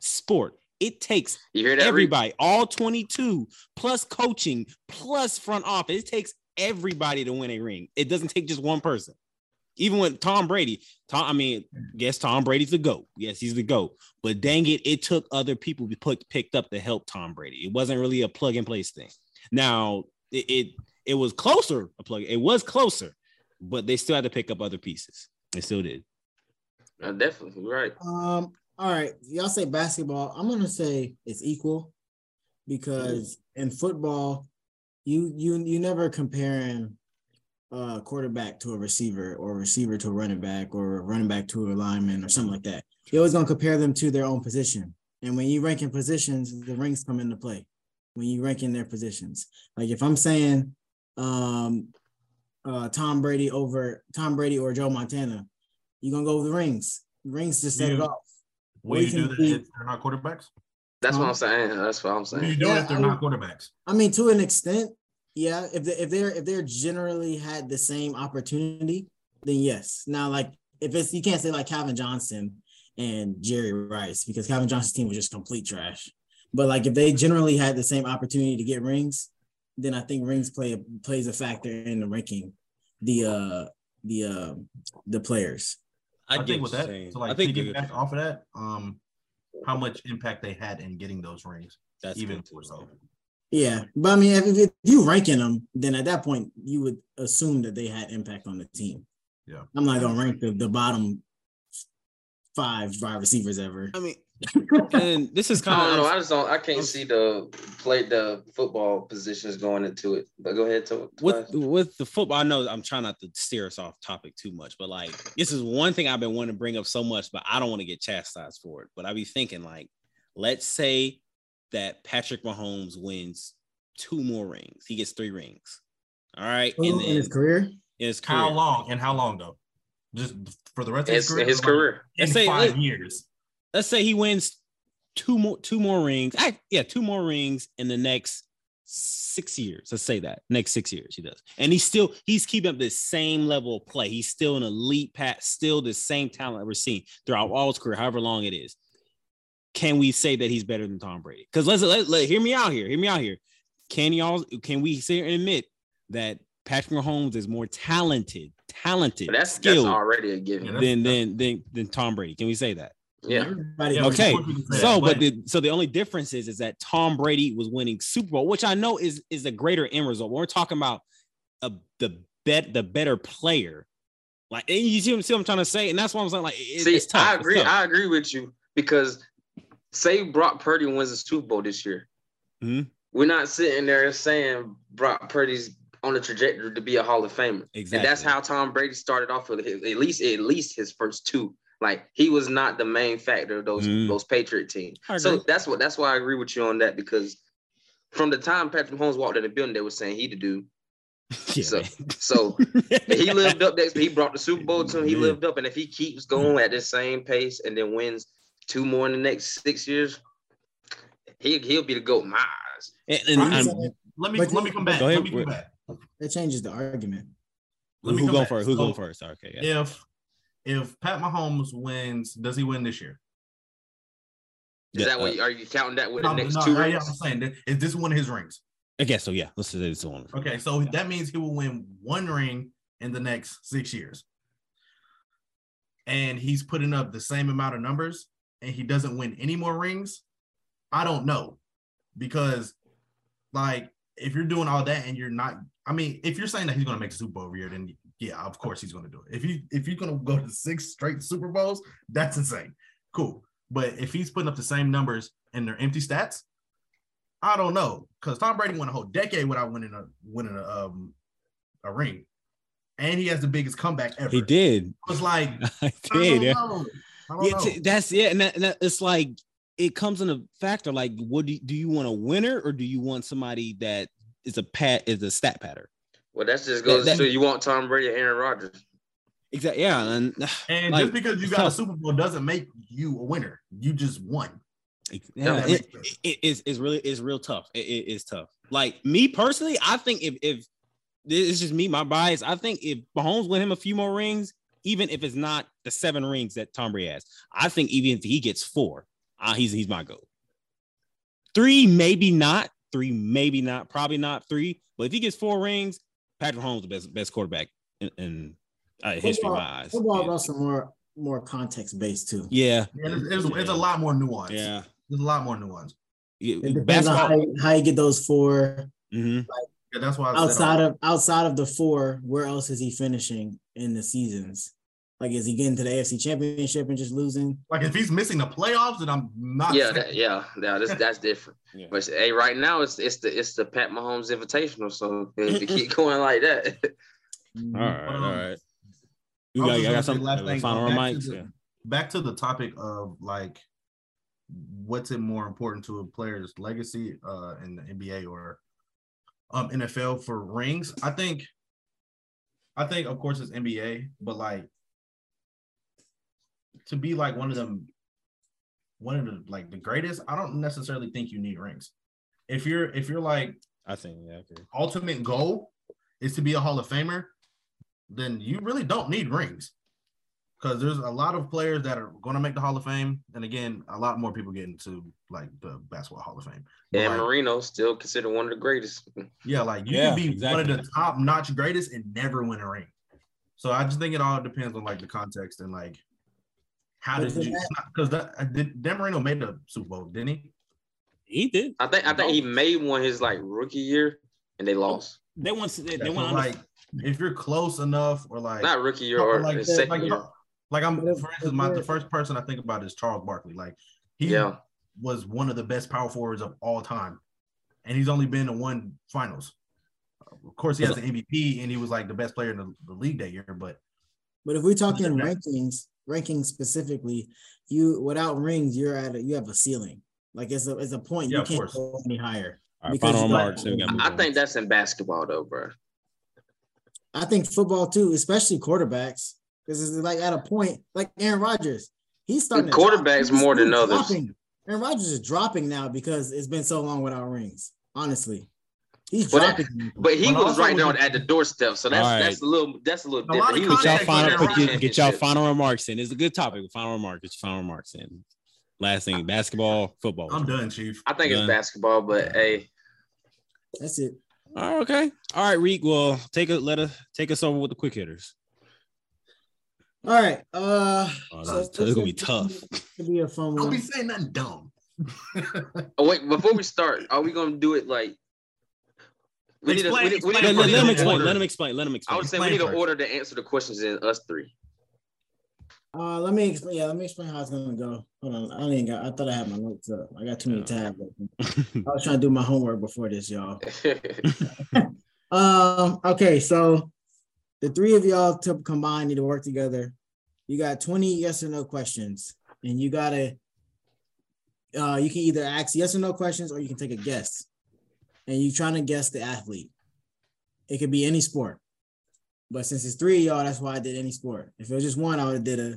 sport. It takes
you hear that? Reed?
everybody, all 22, plus coaching, plus front office. It takes everybody to win a ring. It doesn't take just one person. Even with Tom Brady, Tom, I mean, yes, Tom Brady's the GOAT. Yes, he's the GOAT. But dang it, it took other people to be put, picked up to help Tom Brady. It wasn't really a plug and place thing. Now, it, it it was closer, a plug, it was closer, but they still had to pick up other pieces. They still did.
Uh, definitely you're right.
Um, all right, y'all say basketball. I'm gonna say it's equal because in football, you you you never comparing a quarterback to a receiver or a receiver to a running back or a running back to a lineman or something like that. You're always gonna compare them to their own position. And when you rank in positions, the rings come into play. When you rank in their positions, like if I'm saying, um, uh, Tom Brady over Tom Brady or Joe Montana. You're gonna go with the rings. Rings to set it
Yeah.
off.
Will
Or
you do
can
that
be-
if they're not quarterbacks?
That's what I'm saying. That's what I'm
Will you
saying.
do it
Yeah,
if they're
I
not quarterbacks?
I mean, to an extent, yeah. If they, if they're if they're generally had the same opportunity, then yes. Now, like if it's you can't say like Calvin Johnson and Jerry Rice because Calvin Johnson's team was just complete trash. But like if they generally had the same opportunity to get rings, then I think rings play a, plays a factor in the ranking the uh the uh the players.
I,
I,
get
think
what
with
you're
that,
saying.
to like
I think you're-
piggyback off of that, um, how much impact they had in getting those rings,
that's
even
even
more so.
Yeah, but I mean, if, if you ranking them, then at that point you would assume that they had impact on the team.
Yeah.
I'm not gonna rank the, the bottom five wide receivers ever.
I mean, and this is
I don't
kind
know.
of
I just don't. I can't see the play the football positions going into it. But go ahead, to
with with the football. I know I'm trying not to steer us off topic too much, but like this is one thing I've been wanting to bring up so much, but I don't want to get chastised for it. But I be thinking like, let's say that Patrick Mahomes wins two more rings. He gets three rings. All right,
Who
and then
in his career,
in his career.
How long and how long though? Just for the rest of his
his,
career.
his career.
Let's say-
Like, in five
let-
years.
let's say he wins two more two more rings. I, yeah, two more rings in the next six years. Let's say that next six years he does, and he's still he's keeping up the same level of play. He's still an elite pat, still the same talent that we're seeing throughout all his career, however long it is. Can we say that he's better than Tom Brady? Because let's let, let hear me out here. Hear me out here. Can y'all can we sit here and admit that Patrick Mahomes is more talented, talented,
But that's
skilled
that's already a
Yeah,
given.
that's-
than, than than than Tom Brady? Can we say that?
Yeah.
everybody.
Yeah,
okay.
we can say
So,
that,
but the, so the only difference is is that Tom Brady was winning Super Bowl, which I know is is a greater end result. We're talking about a, the bet the better player. Like and you see, what- see what I'm trying to say, and that's why I'm saying like it-
See,
it's tough.
I
it's
agree.
tough.
I agree with you because say Brock Purdy wins the Super Bowl this year,
Mhm.
we're not sitting there saying Brock Purdy's on a trajectory to be a Hall of Famer.
exactly.
And that's how Tom Brady started off with his, at least at least his first two. Like he was not the main factor of those
Mm.
those Patriot teams.
I
So
agree.
that's what that's why I agree with you on that because from the time Patrick Mahomes walked in the building, they were saying he the dude.
Yeah,
so-
man.
So and he lived up next. He brought the Super Bowl to him. He
Yeah.
lived up, and if he keeps going at the same pace and then wins two more in the next six years, he he'll be the goat. in My eyes.
And, and
I'm
I'm,
saying
let me
but-
let me come back.
Go ahead,
Let me come
Rick.
back.
That changes the argument.
Let me
who
come
go
back.
first? Who
So-
go first? Okay, yeah.
If if Pat Mahomes wins, does he win this year?
Is
Yeah,
that what
uh,
you, are you counting that with
No,
the next
no,
two?
yeah, yeah,
rings?
I'm saying that- is this one of his rings?
I guess so. Yeah, let's do this one.
Okay, so that means he will win one ring in the next six years. And he's putting up the same amount of numbers and he doesn't win any more rings. I don't know. Because, like, if you're doing all that and you're not, I mean, if you're saying that he's going to make the Super Bowl every year, then yeah, of course he's going to do it. If you if you're going to go to six straight Super Bowls, that's insane. Cool. But if he's putting up the same numbers and they're empty stats, I don't know because Tom Brady won a whole decade without winning a winning a um a ring, and he has the biggest comeback ever.
He did.
It was like I
I
don't
did. yeah.
know. I don't
Yeah,
know.
t- that's it, and, that, and that- it's like it comes in a factor. Like, what do you, do you want a winner or do you want somebody that is a pat is a stat patter?
Well, that just goes
That- that-
to you want Tom Brady and Aaron Rodgers.
Exactly. Yeah, and
and
like,
just because you
it's
got a
tough.
Super Bowl doesn't make you a winner. You just won.
yeah, it,
that makes sense.
it- it's, it's really it's real tough. It- it- it's tough. Like me personally, I think if if this is just me, my bias, I think if Mahomes win him a few more rings, even if it's not the seven rings that Tom Brady has, I think even if he gets four, uh, he's he's my goat. Three, maybe not. Three, maybe not. Probably not three. But if he gets four rings, Patrick Mahomes the best best quarterback in, in uh, history. in my eyes.
Football
Yeah.
about some more more context based too.
Yeah.
And it's, it's, it's a lot more nuance.
Yeah.
There's a lot more nuance.
It
yeah.
depends on how
Basketball.
you, how you get those four
Mhm.
Yeah, that's why I said uh,
outside of outside of the four. Where else is he finishing in the seasons? Like, is he getting to the AFC Championship and just losing?
like if he's missing the playoffs, then I'm not.
Yeah, that, yeah, yeah. That's that's different.
Yeah.
But hey, right now it's it's the it's the Pat Mahomes Invitational. So if you keep going like that,
All right. All right.
Mm-hmm. um, I
You got,
was just
you
gonna
got
say
something
last thing,
final
back
remarks?
to the-
Yeah.
back to the topic of like what's it more important to a player's legacy uh in the NBA or um NFL for rings? I think I think, of course, it's NBA, but like to be like one of them, one of the like the greatest. I don't necessarily think you need rings. If you're if you're like
I think yeah, I agree.
ultimate goal is to be a Hall of Famer, then you really don't need rings. Because there's a lot of players that are going to make the Hall of Fame, and again, a lot more people get into like the basketball Hall of Fame. But,
And
like,
Marino still considered one of the greatest.
yeah, like you
Yeah,
can be one
exactly.
of the top notch greatest and never win a ring. So I just think it all depends on like the context and like how
But
did
then
you because that uh, did Dan Marino made a Super Bowl, didn't he?
He did.
I think I think he made one his like rookie year, and they lost.
They want. They, they
So,
want.
like if you're close enough or like
Not rookie year
or
or
like,
his
that-
second
like,
year.
like I'm
But if-
for
if
instance, my the
we're-
first person I think about is Charles Barkley. Like he
Yeah,
was one of the best power forwards of all time, and he's only been to one finals. Of course, he has an MVP, and he was like the best player in the, the league that year. But
But if we're talking
Yeah.
rankings, rankings specifically, you without rings, you're at a, you have a ceiling. Like it's a it's a point
Yeah,
you
of
can't
course.
go any higher.
All right,
because
final
you got-
remarks. then we gotta move
I
on.
think that's in basketball though, bro.
I think football too, especially quarterbacks, because it's like at a point like Aaron Rodgers, he's starting to drop.
Quarterbacks more than
He's
others.
dropping. Aaron Rodgers is dropping now because it's been so long without rings. Honestly, he's
Well, that-
dropping.
But he
Well,
was
also
right
with
down
the-
at the doorstep, so that's
All right.
that's a little that's a little
A lot
different.
of
He was
Get y'all
context
back
final.
when
Get,
they
your-
won the
get y'all
championship.
final remarks in. It's a good topic. Final remarks. Final remarks in. Last thing: basketball, football.
I'm done, Chief.
I think it's
Yeah.
basketball, but hey,
That's it.
All right, okay. All right, Reek. Well, take a let us take us over with the quick hitters.
All right. Uh,
Oh,
so
that's- that's gonna be tough.
To be a fun
Don't be
one.
saying nothing dumb.
oh, wait, before we start, are we gonna do it like? We need, a, we
Explain-
need, we need
Let,
a-
let- let him
Order.
explain. Let him explain. Let him
I
explain.
would say we need an
Explain first.
order to answer the questions in us three.
Uh, let me explain. Yeah, let me explain how it's gonna go. Hold on. I ain't got. I thought I had my notes up. I got too many tabs. Open. I was trying to do my homework before this, y'all. Um. Okay. So the three of y'all to combine need to work together. You got twenty yes or no questions, and you gotta. Uh, you can either ask yes or no questions, or you can take a guess, and you trying to guess the athlete. It could be any sport, but since it's three of y'all, that's why I did any sport. If it was just one, I would have did a,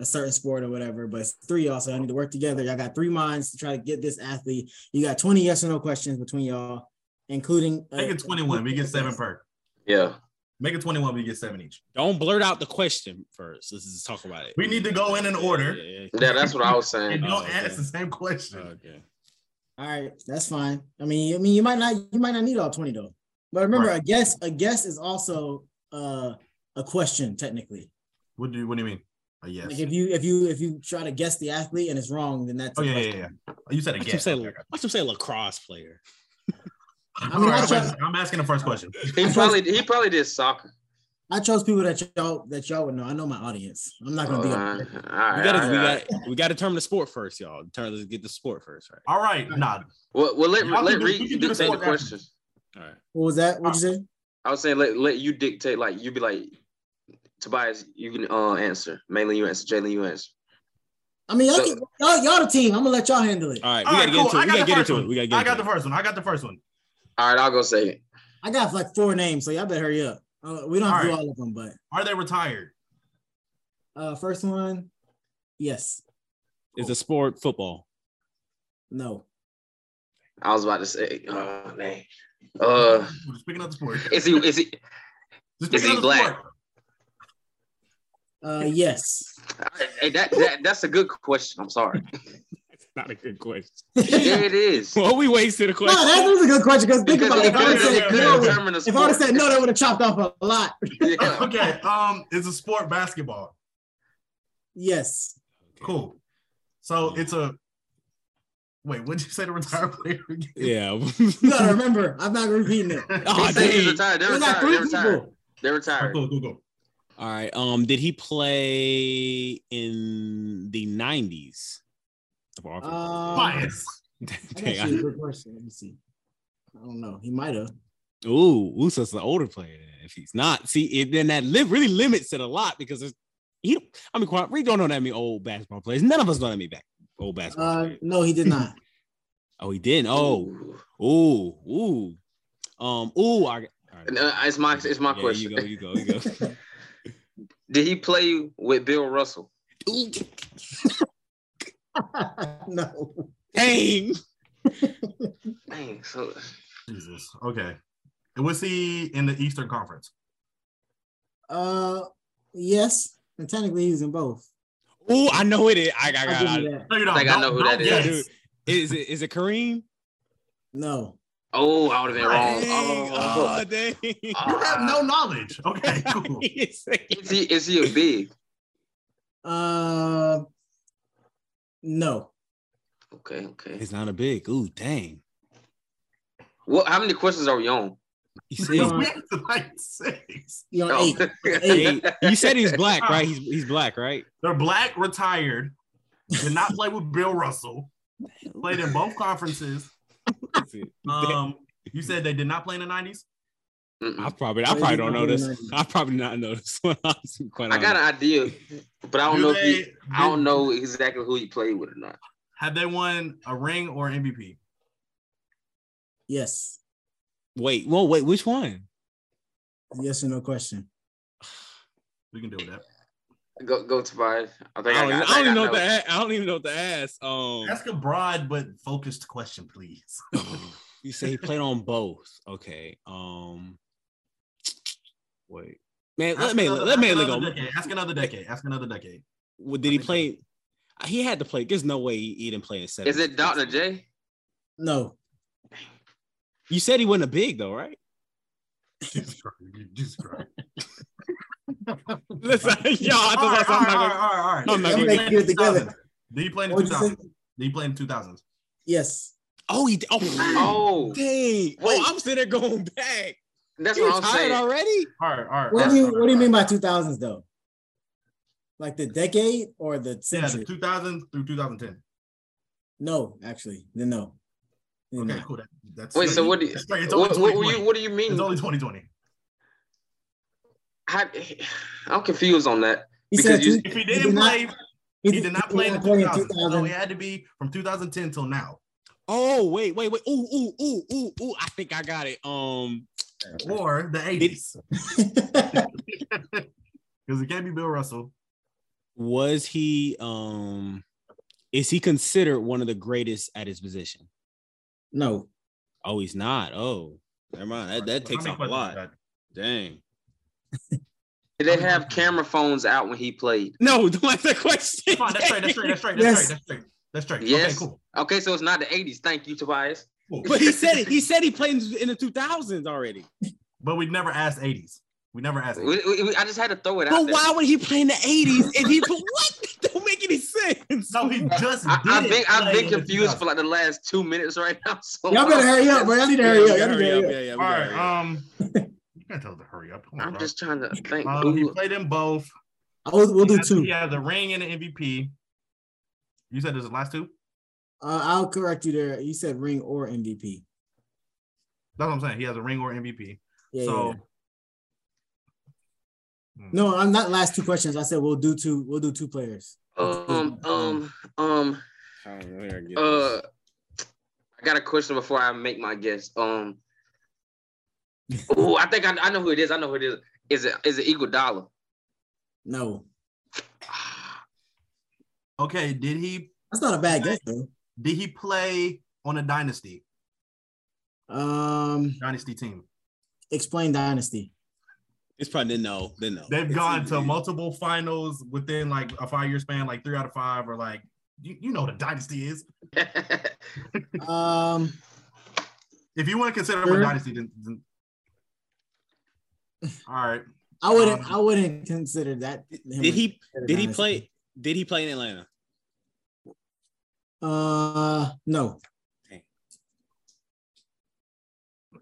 a certain sport or whatever. But it's three y'all, so I need to work together. Y'all got three minds to try to get this athlete. You got twenty yes or no questions between y'all, including uh,
Make it 21. We get seven per.
yeah,
Make it 21. We get seven each.
Don't blurt out the question first. Let's just talk about it.
We need to go in an order.
Yeah, yeah,
yeah, that's what I was saying.
And don't
Oh,
ask
okay.
the same
yeah.
question.
Okay.
All right, that's fine. I mean, I mean, you might not, you might not need all twenty though. But remember,
Right.
a guess, a guess is also uh, a question technically.
What do you What do you mean? A
Like
yes.
if you if you if you try to guess the athlete and it's wrong, then that's. a
Oh yeah, yeah,
question.
yeah. You said a
Watch him
yes.
say,
Okay, I got
watch him say lacrosse player.
you.
I
All
mean,
right,
I
I'm
tried-
asking- I'm asking the first question.
He probably he probably did soccer.
I chose people that y'all that y'all would know. I know my audience. I'm not
Uh,
gonna
Oh,
be.
all right,
up there.
We gotta,
all
we
right.
got, we gotta determine the sport first, y'all. Turn, let's get the sport first, right?
All right, nah.
Well, well, let
Y'all can
let
do-
Reed
we can do the
dictate the
sport after.
question.
All right.
What was that? What'd you say?
I was saying let let you dictate. Like you be like, Tobias, you can uh answer. Mainly you answer. Jalen, you answer.
I mean, y'all,
So-
can, y'all, y'all the team. I'm gonna let y'all handle it.
All right. We
All
gotta
right, cool. I
get into it. We gotta get into it.
got the first one.
We gotta get
I got
into
the first one. I got the first one.
All right, I'll go say it.
I got like four names, so y'all better hurry up. Uh, we don't have to
All right.
do all of them, but
Are they retired?
uh, first one, yes,
it. Is the sport football?
no,
I was about to say, oh man. Uh,
Just picking up the sport.
is he is he?
Just
is
picking
he
up the
black?
sport.
uh, yes.
Hey, that, that that's a good question. I'm sorry.
That's not a good question.
yeah, it is.
Well, we wasted a
No,
question.
that is a good question because think
Because
about it.
it could, it
If I would have said
could
no,
no,
determine the
if I
sport.
would have said no, that would have chopped off a lot.
Yeah.
okay. Um, is a sport basketball?
Yes,
Cool. So it's a. Wait, what did you say to retire player? again?
Yeah.
you gotta remember. I'm not repeating it.
Oh,
he said he's
dang.
retired. They're
We got
retired.
three
They're retired. They're retired.
people.
All right, Oh, cool, cool, cool.
All right. Um, did he play in the nineties?
Um,
Bias.
That's actually a good question. Let me see. I don't know. He might have.
Ooh, Uso's the older player. Then. If he's not, see, it, then that li- really limits it a lot because there's, he. don't- I mean, quite- we don't know that many old basketball players. None of us know that many back old basketball.
Uh,
players.
no, he did not.
Oh, he didn't. Oh,
Ooh.
ooh, ooh, um, ooh. I, All right.
No, uh, it's my it's my
Yeah,
question.
You go, you go, you go.
Did he play with Bill Russell?
no.
Dang.
Dang, so
Jesus. Okay. And was he in the Eastern Conference?
Uh, yes, and technically he's in both.
Oh, I know it is. I got,
I'll give you that.
No, you don't.
I think I
Don't-
know who
don't
that is.
guess.
Dude, is it is it Kareem?
No,
oh, I would have been wrong.
Dang.
Oh,
Oh, dang.
You have no knowledge. Okay, cool.
is he is he a big?
uh, no.
Okay, okay.
It's not a big. Ooh, dang.
What? How many questions are we on?
He
We
said,
have to, like six.
You're
Oh.
eight.
hey, you said he's black, right? He's he's black, right?
They're black, retired, did not play with Bill Russell, played in both conferences.
That's it.
Um, you said they did not play in the nineties.
Mm-mm.
I probably I probably don't know this. I probably not know this one. honestly, quite
I got an idea, but I don't know. If he, I don't know exactly who he played with or not.
Have they won a ring or MVP?
yes,
Wait, well, wait, which one?
yes or no question.
We can deal with that.
Go go to I
I
think I,
don't,
got,
even-
I,
I
think
don't even
I
know what to a- I don't even know what to ask. Um,
Ask a broad but focused question, please.
you say he played on both. Okay. Um, wait, man, let
Ask
me
another-
let me
ask
look
another
on.
decade. Ask another decade. Ask another decade.
Well, did
I
he
think-
play? Uh, He had to play. There's no way he, he didn't play in seven.
Is it Dr. J?
No,
You said he wasn't a big though, right?
Jesus Christ. Jesus Christ.
Listen, y'all, I
All
thought that's-
right, all
I'm
right,
not
all
gonna-
right, all right, all
I'm
right.
not
Did he
gonna-
play in the
Get together.
2000s? Did he play in the
What'd you
2000s?
say?
Did he play in the 2000s?
Yes,
Oh, he. Oh,
Oh,
dang.
Wait.
Oh, I'm sitting there going back.
that's
You
what I'm
tired
saying.
already?
All right, all right.
what
all
do you
right,
what do you
all
mean
right.
by two thousands though? Like the decade or the
Yeah, the
century?
2000s through 2010.
No, actually, then no. Then
Okay,
no.
cool. That, that's
Wait, so what do you?
That's right. It's only
What, what,
2020.
were you, what do you mean?
It's only 2020.
I, I'm confused on that.
He
Because
said
you-
two-
If he
he
didn't
did not-
play, he did not play in the 2000s. So
2000.
it had to be from 2010 till now.
Oh, wait, wait, wait. Ooh, ooh, ooh, ooh, ooh. I think I got it. Um,
or the 80s. Because it can't be Bill Russell.
was he um is he considered one of the greatest at his position?
no,
Oh, he's not. Oh, never mind. That, that
How
takes
many
off a
questions
lot.
we got?
Dang.
Did they have camera phones out when he played?
No, don't ask that question.
Come on, that's right. That's right. That's right. That's
Yes.
right. That's right. That's right.
Yes.
Okay, cool.
Okay, so it's not the 80s. Thank you, Tobias.
cool.
But he said it. He said he played in the 2000s already.
But we never asked 80s. We never asked. 80s.
We- we- we- I just had to throw it out.
But
there.
why would he play in the 80s? If he put what? That don't make any sense.
No, he just.
I, I've
didn't
been I've
play
been
in the
confused
2000s.
for like the last two minutes right now.
Oh,
So
y'all better hurry up, bro. Y'all need to hurry up. Y'all need to hurry up.
yeah.
All right. Um, you gotta tell him to hurry up. Come on,
I'm
bro.
just trying to think.
Um, he
who-
played in both.
I will, we'll do
He has-
two.
He has a ring and an MVP. You said there's the last two.
Uh, I'll correct you there. You said ring or MVP.
That's what I'm saying. He has a ring or MVP.
Yeah,
so
yeah. No, I'm not last two questions. I said we'll do two. We'll do two players.
um um um
I don't know. I get
uh. I got a question before I make my guess. Um. Oh, I think I, I know who it is. I know who it is. Is it is it Iguodala?
No,
okay, did he
that's not a bad guess though.
did he play on a dynasty
Um,
dynasty team?
explain dynasty.
It's probably no, then no.
They've gone to multiple finals within like a five year span, like three out of five, or like you, you know what a dynasty is.
Um,
If you want to consider him
Sure.
a dynasty, then, then- all right.
I wouldn't. I wouldn't consider that. him
Um, Did he?
a
Did he
dynasty.
play? Did he play in Atlanta?
Uh, no.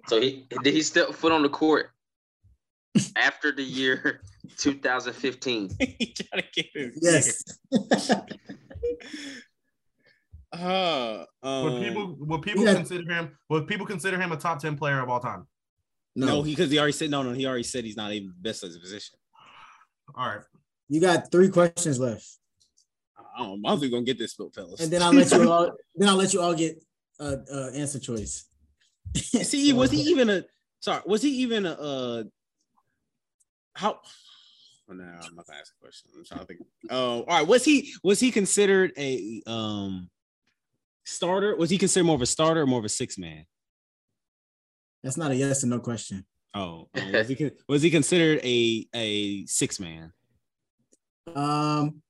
so he did he step foot on the court after the year 2015?
he tried to get his
Yes.
Uh,
Would
um,
people would people
yeah.
consider him would people consider him a top ten player of all time?
no,
No.
he because he already said no, no. He already said he's not even best at his position.
All right.
you got three questions left,
I don't. I don't think we're gonna get this, but fellas.
and then I'll let you all. Then I'll let you all get uh, uh answer choice.
see, was he even a? Sorry, was he even a? Uh, how? Oh, no, I'm not gonna ask a question. I'm trying to think. Oh, all right. Was he was he considered a um starter? Was he considered more of a starter or more of a six man?
That's not a yes or no question.
Oh, oh, was he con- was he considered a a six man?
Um,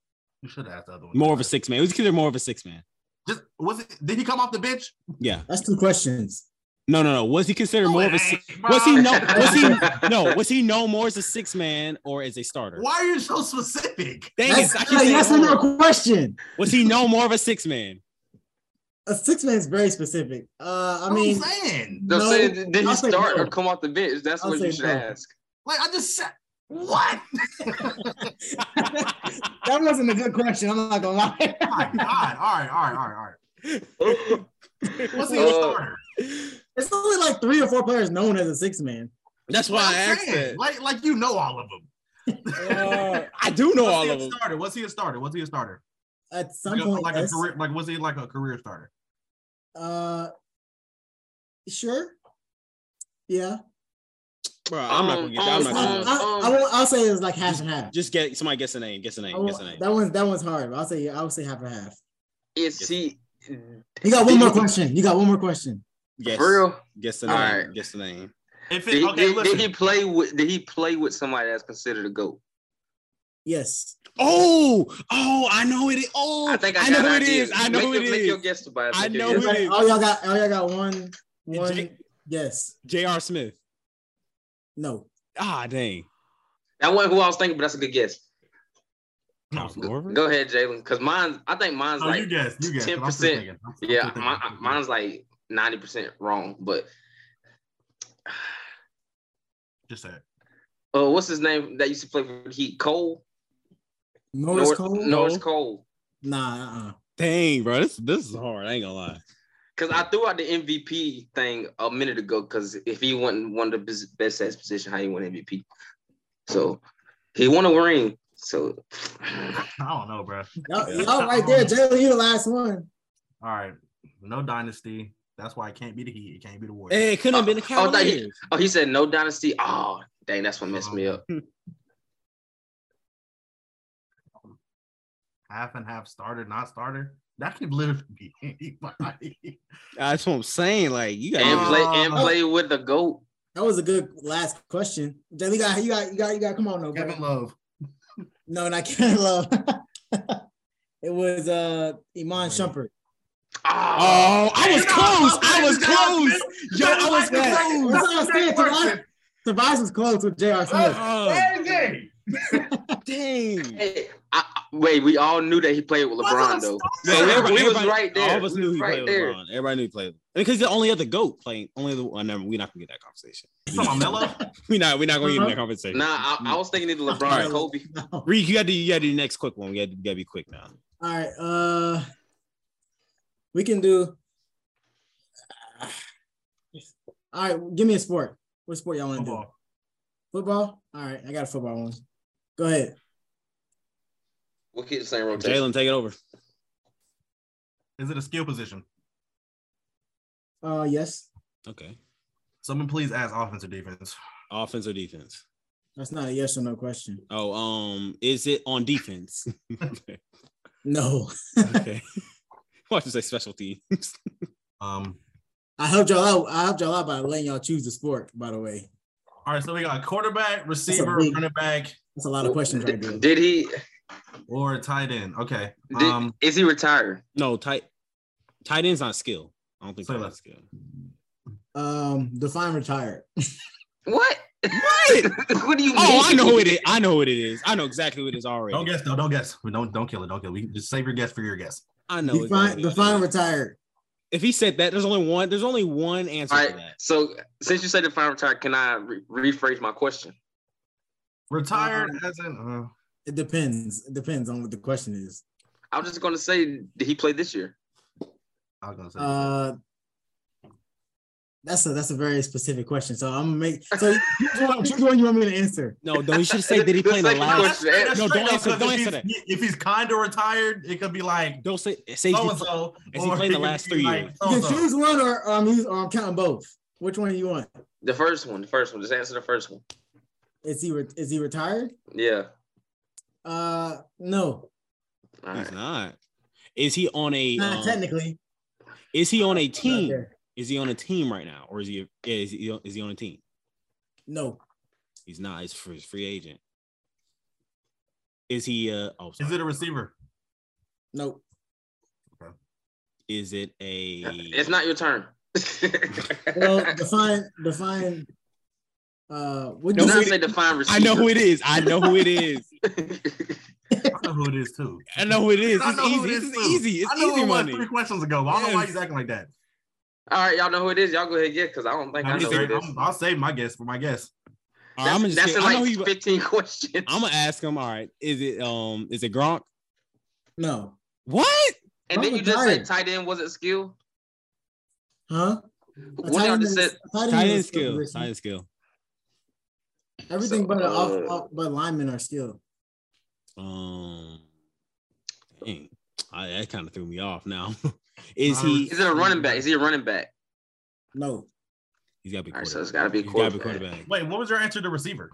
You should ask the other one.
More of a six man. Was he considered more of a six man?
Just was it? Did he come off the bench?
Yeah.
that's two questions.
No, no, no. Was he considered more of a? Six- was he no? Was he no? Was he no more as a six man or as a starter?
Why are you so specific?
Dang it!
That's
I
not
keep
a
saying
yes or no question.
Was he no more of a six man?
A six man is very specific. Uh,
Oh,
I
I mean,
mean,
I'm saying
No,
No,
saying, did did he
I'll say
start
no.
or come off the bench? That's
I'll
what you
say
should
no.
ask.
like I just said what?
that wasn't a good question. I'm not gonna lie.
My God! All right, all right, all right, all right. Was he a
Uh,
starter?
It's only like three or four players known as a six man.
That's why I
I'm
asked
saying,
that.
Like, like you know all of them.
Uh, I do know
was
all
he
of
a
them.
starter? Was he a starter? Was he a starter?
At some
Like a,
point,
like a
yes.
career, like was he like a career starter?
uh, sure. Yeah,
Bro, I'm not gonna get that. I'm not
I,
Um,
gonna.
I, I will, I'll say it's like half and half.
Uh, um, Just get somebody guess the name. Guess the
I
name.
will-
Guess the name.
Oh,
that one's that one's hard. I'll say I'll say half and half.
Is he
You got one more
Did-
question. You got one more question.
Guess,
for real?
guess the
All
name.
right.
Guess the name.
If
Did,
it,
he-
okay,
did- did
listen.
he play with? Did he play with somebody that's considered a goat?
Yes.
Oh, oh, I know it. Oh,
I think I,
know
got
who
an
it
idea.
is. I know
make
who
your, Make
it
your
is.
guess, Tobias.
I
Make your
know
guess.
who it is.
Everybody- All y'all got all y'all got one
Jake-
one. Yes.
J.R. Smith.
No.
Ah, dang.
That wasn't who I was thinking, but that's a good guess.
Kyle Korver?
Go ahead, Jalen, because mine. I think mine's
Oh,
like
you guessed. You guessed.
10%.
I'm still thinking. I'm still
yeah,
thinking.
my, mine's like ninety percent wrong. But
just said.
uh, what's his name that used to play for the Heat? Cole.
Norris
Nor-
Cole.
Norris Cole.
Nah. Uh-uh.
Dang, bro. This this is hard. I ain't gonna lie.
Because I threw out the MVP thing a minute ago. Because if he wasn't one of the bes- best at his position, how he won MVP? So he won a ring. So
I don't know, bro.
Y'all,
Yeah.
y'all right there, Jalen. You the last one.
All right, no dynasty. That's why it can't be the Heat. It can't be the Warriors.
Hey, it couldn't have been the
Oh, thank you.
Cavaliers.
oh, he said no dynasty. Oh, dang, that's what messed me up.
Oh.
Half and half starter, not starter. That could literally be anybody.
That's what I'm saying. Like you got
And
Uh,
play and
Oh.
play with the goat.
That was a good last question. Jalen, you got you got you got you got. Come on, no. bro.
Kevin Love.
No, not Kevin Love. it was uh Iman Shumpert.
Oh,
Oh, I was close. I was close. Yo, I was
That's
close.
what I was saying. Tobias, Tobias was close with J.R. Smith.
Oh, dang.
Hey, I, I- wait, we all knew that he played with LeBron though. So
Yeah,
we, we was
everybody-
right there.
All of us
We
knew
was
he
right
played
there.
LeBron. Everybody knew he played. Because he's the only other goat playing. Only the one. Never. We're not gonna get that conversation.
Come on, Melo.
We not. We're not gonna get in that conversation.
Nah, I, I was thinking either LeBron or
Alright.
Kobe.
No.
Reek, you got to. You got to do the next quick one. We got to, be quick now.
All right. Uh, we can do. All right. Give me a sport. What sport y'all want to do?
Football.
Football. All right. I got a football one. Go ahead.
We'll keep the same rotation.
Jalen, take it over.
Is it a skill position?
Uh, yes.
Okay.
Someone please ask offense or defense.
Offense or defense?
That's not a yes or no question.
Oh, um, is it on defense? okay.
No.
Okay. Watch you say special teams.
Um.
I helped y'all out. I helped y'all out by letting y'all choose the sport. By the way,
All right, so we got quarterback, receiver,
big-
running back,
that's a lot of questions right there.
Did, did he?
or tight end. Okay.
Did,
Um.
is he retired?
No, tight tight end's not skill. I don't think
Say
tight
less.
end's skill.
Um, define retired.
What?
What?
what do you mean?
Oh, I know who it is. I know what it is. I know exactly what it is
Don't
already.
guess though. Don't guess. We Don't don't kill it. Don't kill it. We can just save your guess for your guess.
I know.
define
exactly what it
define
is.
retired.
If he said that, there's only one. There's only one answer
All
to
right.
that.
So since you said the final retired, can I re- rephrase my question?
Retired
Uh-huh.
as in. Uh,
It depends. It depends on what the question is.
I'm just gonna say, did he play this year?
I was gonna say.
Uh, that's a that's a very specific question. So I'm gonna make so choose one, choose one you want me to answer.
No, no, you should say did he
The
play in the
second
last?
question. No,
That's
don't
straight up,
answer-
'cause
don't
if
answer
he's- If he's kind of retired, it could be like
Don't say say. if
so
he
and so.
Has he played the last three years?
You can choose one or, or I'm using, or I'm counting both. Which one do you want?
The first one, the first one. Just answer the first one.
Is he re- is he retired?
Yeah.
Uh, no,
All
He's
right.
not. Is he on a?
not
um,
technically.
is he on a
Not
team?
there.
Is he on a team right now, or is he? Is he? Is he on a team?
No,
He's not. He's free, free agent. Is he? Uh, oh,
Is
sorry.
it a receiver?
no.
Is it a?
It's not your turn.
Well, define define. Uh, what
Do
you
not
say?
say define receiver.
I know who it is. I know who it is.
I know who it is too.
I know who it is.
I
It's
know who
easy.
it is,
It's
too.
easy. It's
I know
easy
who it was
money.
three questions ago. but I don't know why
Yes.
he's acting like that.
All right, y'all know who it is. Y'all go ahead and guess because I don't think i
I'm
know
just
who
saying,
it is.
I'm- I'll save my guess for my guess.
All right, I'm gonna
That's,
just.
that's
say- I know
like
who.
15 questions.
I'm gonna ask him. All right. Is it? Um. Is it Gronk?
No,
What?
and then
I'm
you just said
tired.
tight end wasn't skill.
huh? A
What y'all
tight
just
end is-
said?
a tight end
Tight
is
end
a skill
skill.
position.
Tight end skill.
Everything
So,
but a off,
uh,
off but linemen are skilled.
Um. Dang. I, that kind of threw me off. Now, is
Uh,
he?
Is it a running back? Is he a running back?
No,
He's got to be
All right, so it's
quarterback.
got to be
He's got to be
quarterback.
quarterback.
Wait, what was your answer to receiver?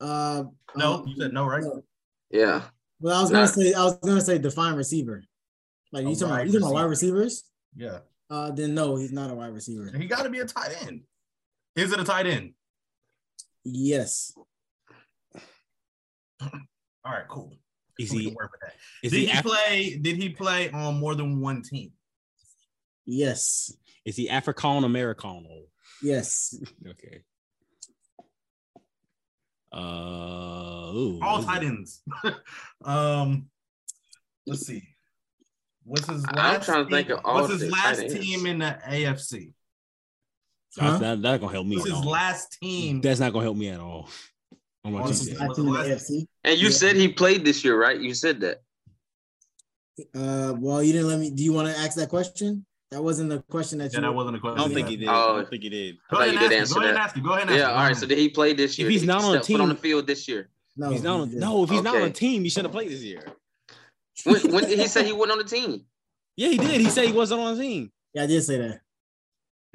uh,
No,
um,
you said no, right?
no.
Yeah.
Well, I was
Nah.
gonna say I was gonna say define receiver. Like
A
you talking about
wide
you talking about wide receivers?
Yeah,
Uh, then no, he's not a wide receiver.
he got to be a tight end. Is it a tight end?
Yes,
All right, cool.
Is
We
he?
can work with that.
Is
did
he?
he,
Af-
play? Did he play on more than one team?
yes,
is he African American?
yes.
Okay. Uh, ooh,
All
this
tight
is-
ends. um, let's see. What's his
I'm
last?
trying to
team-
think of all
What's
the
his
tight
last
ends.
team in the AFC?
That's
Huh?
not, that's not gonna help me.
What's
at
his
all.
last team?
That's not gonna help me at all. I'm gonna
Oh,
take
This
he
is
that.
did.
not in the AFC.
And you
Yeah.
said he played this year, right? You said that.
Uh, well, you didn't let me. Do you want to ask that question? That wasn't the question that
Yeah,
you.
that wasn't a question.
think he
did.
I don't
think he did.
I
Go ahead,
thought
and
you did
ask it.
answer
Go ahead and
that.
ask it. Go ahead and ask
Yeah.
it.
All right. So did he play this
If
year?
he's
Did he
not on a
step foot on the
team-
field this year.
no,
he's not.
he
On,
didn't.
no, if he's not on a
Okay.
team, he should have played this year.
When, when he said he went on the team.
Yeah, he did. He said he wasn't on a team.
Yeah, I did say that.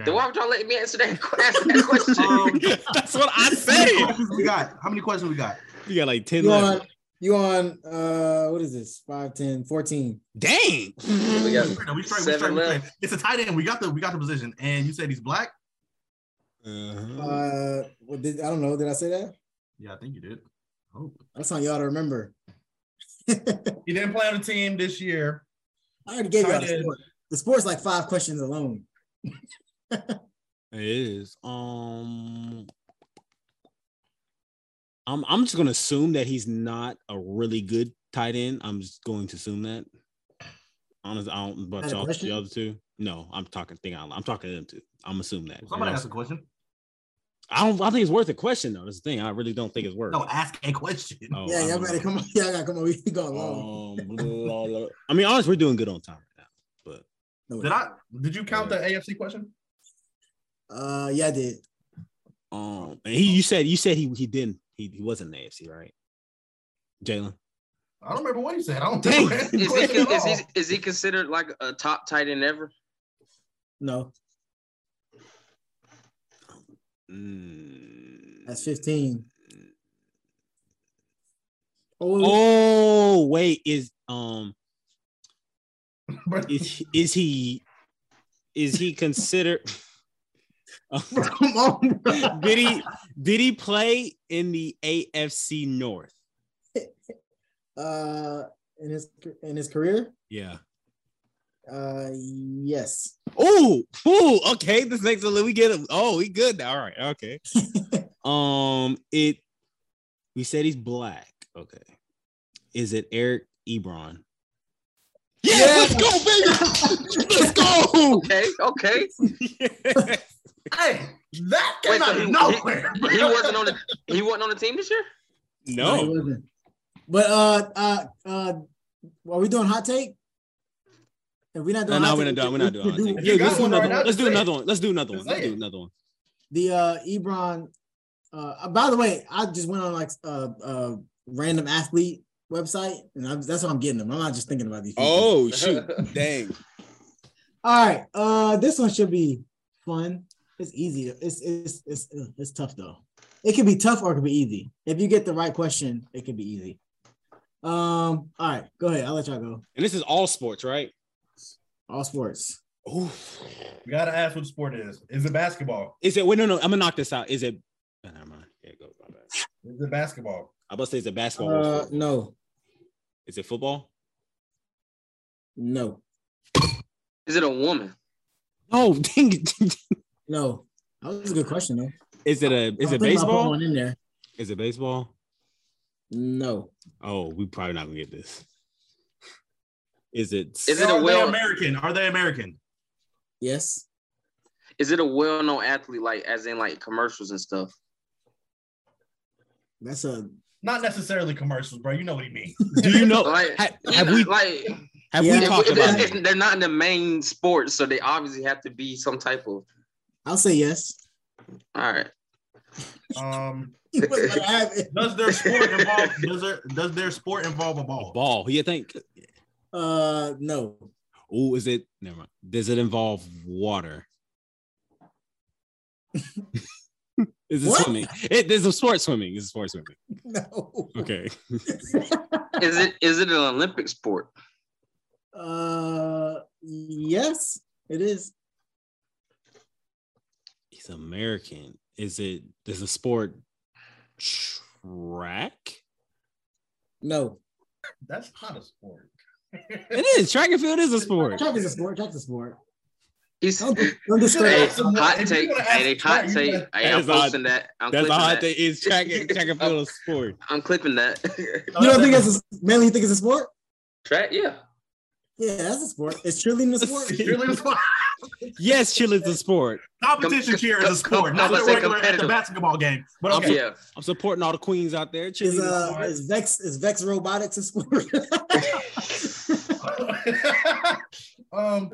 Then why would y'all let me answer that, ask that question?
Um,
That's what I
How
said.
many questions we got? How many questions we got?
You got like ten
You on?
left.
You on? Uh, what is this? 5, 10, 14.
Dang.
we got
We straight, we straight,
Seven
we straight, we straight.
left.
It's a tight end. We got the we got the position. And you said he's black.
Uh-huh.
Uh, well, did, I don't know. Did I say that?
Yeah, I think you did. Oh.
That's on y'all to remember.
He didn't play on the team this year.
I already gave you all
Tight
the
end.
sport. The sport's like five questions alone.
It is. Um, I'm I'm just gonna assume that he's not a really good tight end. I'm just going to assume that. Honest, I don't. But
Got a
y'all,
question?
the other two, no. I'm talking. Think out loud. I'm talking to them two. I'm assuming that.
Somebody asked a question.
I don't. I think it's worth a question though. That's the thing. I really don't think it's worth.
No, ask a question.
Oh,
yeah,
I
y'all
don't
better
know.
come on. Y'all gotta come on. We can go long.
Um, blah, blah, blah. I mean, honestly, we're doing good on time right now.
No,
Did I did you count the AFC question?
Uh, yeah, I did.
But um, and he, you said you said he he didn't he, he wasn't in the AFC, right? Jalen.
I don't remember what you said. I don't
Dang.
think I asked the
is, he,
question at
is,
all.
he, is he considered like a top tight end ever?
No,
Mm.
that's fifteen. Oh,
Oh wait, is um
Bro,
is is he is he considered? um,
come on, bro.
did he did he play in the AFC North?
Uh, in his in his career,
Yeah.
uh, yes.
Oh, ooh, okay. This next one, we get him. Oh, he good now. All right, okay. um, it. We said he's black. Okay. Is it Eric Ebron? Yeah, let's go, baby. let's go.
Okay, okay.
Hey, that came
Wait, so
out
he-
of nowhere. bro.
He wasn't on the he wasn't on the team this year.
he
No,
wasn't. But uh, uh, uh, are we doing hot take? If we're not
Uh, no,
doing,
no,
hot
we're not done. We're
take, we-
not
we
doing. hot
could
take.
do
Yeah,
got
Let's do
one right
another
now,
one. Let's
just
do
say it.
another one. Let's do another one.
Just
Let's
say
do
it.
another one.
the uh Ebron uh uh, by the way, I just went on like a uh, uh, random athlete website and I'm, that's what I'm getting them. I'm not just thinking about these people.
Oh shoot! Dang.
All right. Uh this one should be fun. It's easy. It's it's it's ugh, it's tough though. It can be tough or it can be easy. If you get the right question, it can be easy. Um. All right. Go ahead. I'll let y'all go.
And this is all sports, right?
All sports.
Oof.
We gotta ask what sport it is. Is it basketball?
Is it? Wait, no, no. I'm gonna knock this out. Is it? oh, Never mind. Yeah, go. My bad.
Is it basketball?
I must say, is it basketball? or
Uh,
football?
no.
Is it football?
No.
Is it a woman?
No. Dang it.
No. That was a good question though.
Is it a? Is
I'm
it
thinking about putting
baseball?
One in there.
Is it baseball?
No.
Oh, we probably not gonna get this. Is it?
Is it a
Are they
well?
American? Are they American?
Yes.
Is it a well-known athlete, like as in like commercials and stuff?
That's a.
Not necessarily commercials, bro. You know what he means.
Do you know?
Like,
ha-
you
Oh, have
know,
we
like
have
Yeah.
we
if-
talked
if-
about
if-
it?
they're not in the main sport, so they obviously have to be some type of.
I'll say yes.
All right,
Um,
You must not have it.
does their sport involve does their does their sport involve a ball?
Ball. You think?
Uh. No.
Oh, is it? Never mind. Does it involve water? is it
What?
swimming? It, there's a sport swimming. It's sport swimming.
No.
Okay.
is it is it an Olympic sport?
Uh. Yes. It is.
He's American. Is it? Does the sport track?
No.
That's not a sport.
It is track and field is a sport.
Track is a sport. Track is a sport.
He's
Don't, don't
hey,
discredit.
hot
If you
take.
wanna
Hey, they
ask track,
hot
you
take.
gotta-
Hey,
That
I'm
is all-
posting that. I'm
That's
clipping
all I
that.
think is track and track and field is a sport.
I'm clipping that.
You don't think that's a, mainly think it's a sport?
Track, yeah.
Yeah, that's a sport. It's uh, cheerleading a sport.
Cheerleading is a sport.
Yes, chill is a sport.
Competition cheer is a sport, not
I
the
was gonna say
regular at the
competitive.
basketball game. But okay,
Yeah.
I'm supporting all the queens out there. Cheerleading
Is
is a
uh
sport.
is Vex is Vex Robotics a sport?
um,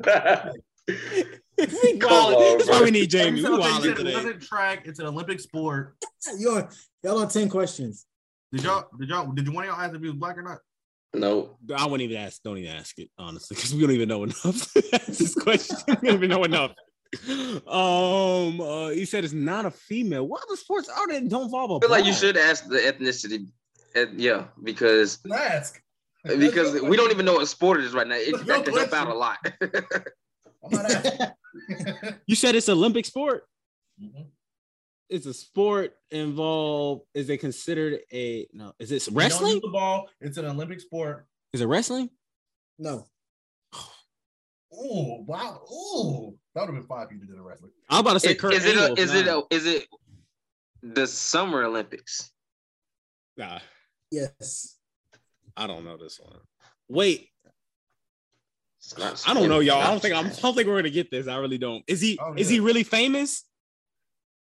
we
on,
call it. That's why
bro.
we need
like
Jamie.
you
We
said, I
wilding
think you said it
today.
wasn't track. It's an Olympic sport.
You're y'all on ten questions.
Did y'all? Did y'all? Did you want y'all ask if he was black or not?
No.
I wouldn't even ask. Don't even ask it, honestly, because we don't even know enough. That's this question. we don't even know enough. Um, uh, he said it's not a female. What other sports are there that don't involve a
I feel like you
black?
should ask the ethnicity. Uh, yeah, because
Ask.
because we don't even know what sport it is right now. It, that could help out a lot.
I'm not asking.
You said it's Olympic sport.
Mhm.
It's a sport involved. Is it considered a no? Is it
You don't
wrestling?
use The ball. It's an Olympic sport.
Is it wrestling?
No.
Ooh, wow. Ooh, that would have been five if you did a wrestling.
I'm about to say
It-
Kurt
is it a,
Angle,
is it
nah.
a, is it the Summer Olympics?
Nah,
Yes.
I don't know this one. Wait,
It's not
I don't know,
swimming,
y'all. I
not
don't think I'm. I don't think we're gonna get this. I really don't. Is he?
Oh,
Is
yeah.
he really famous?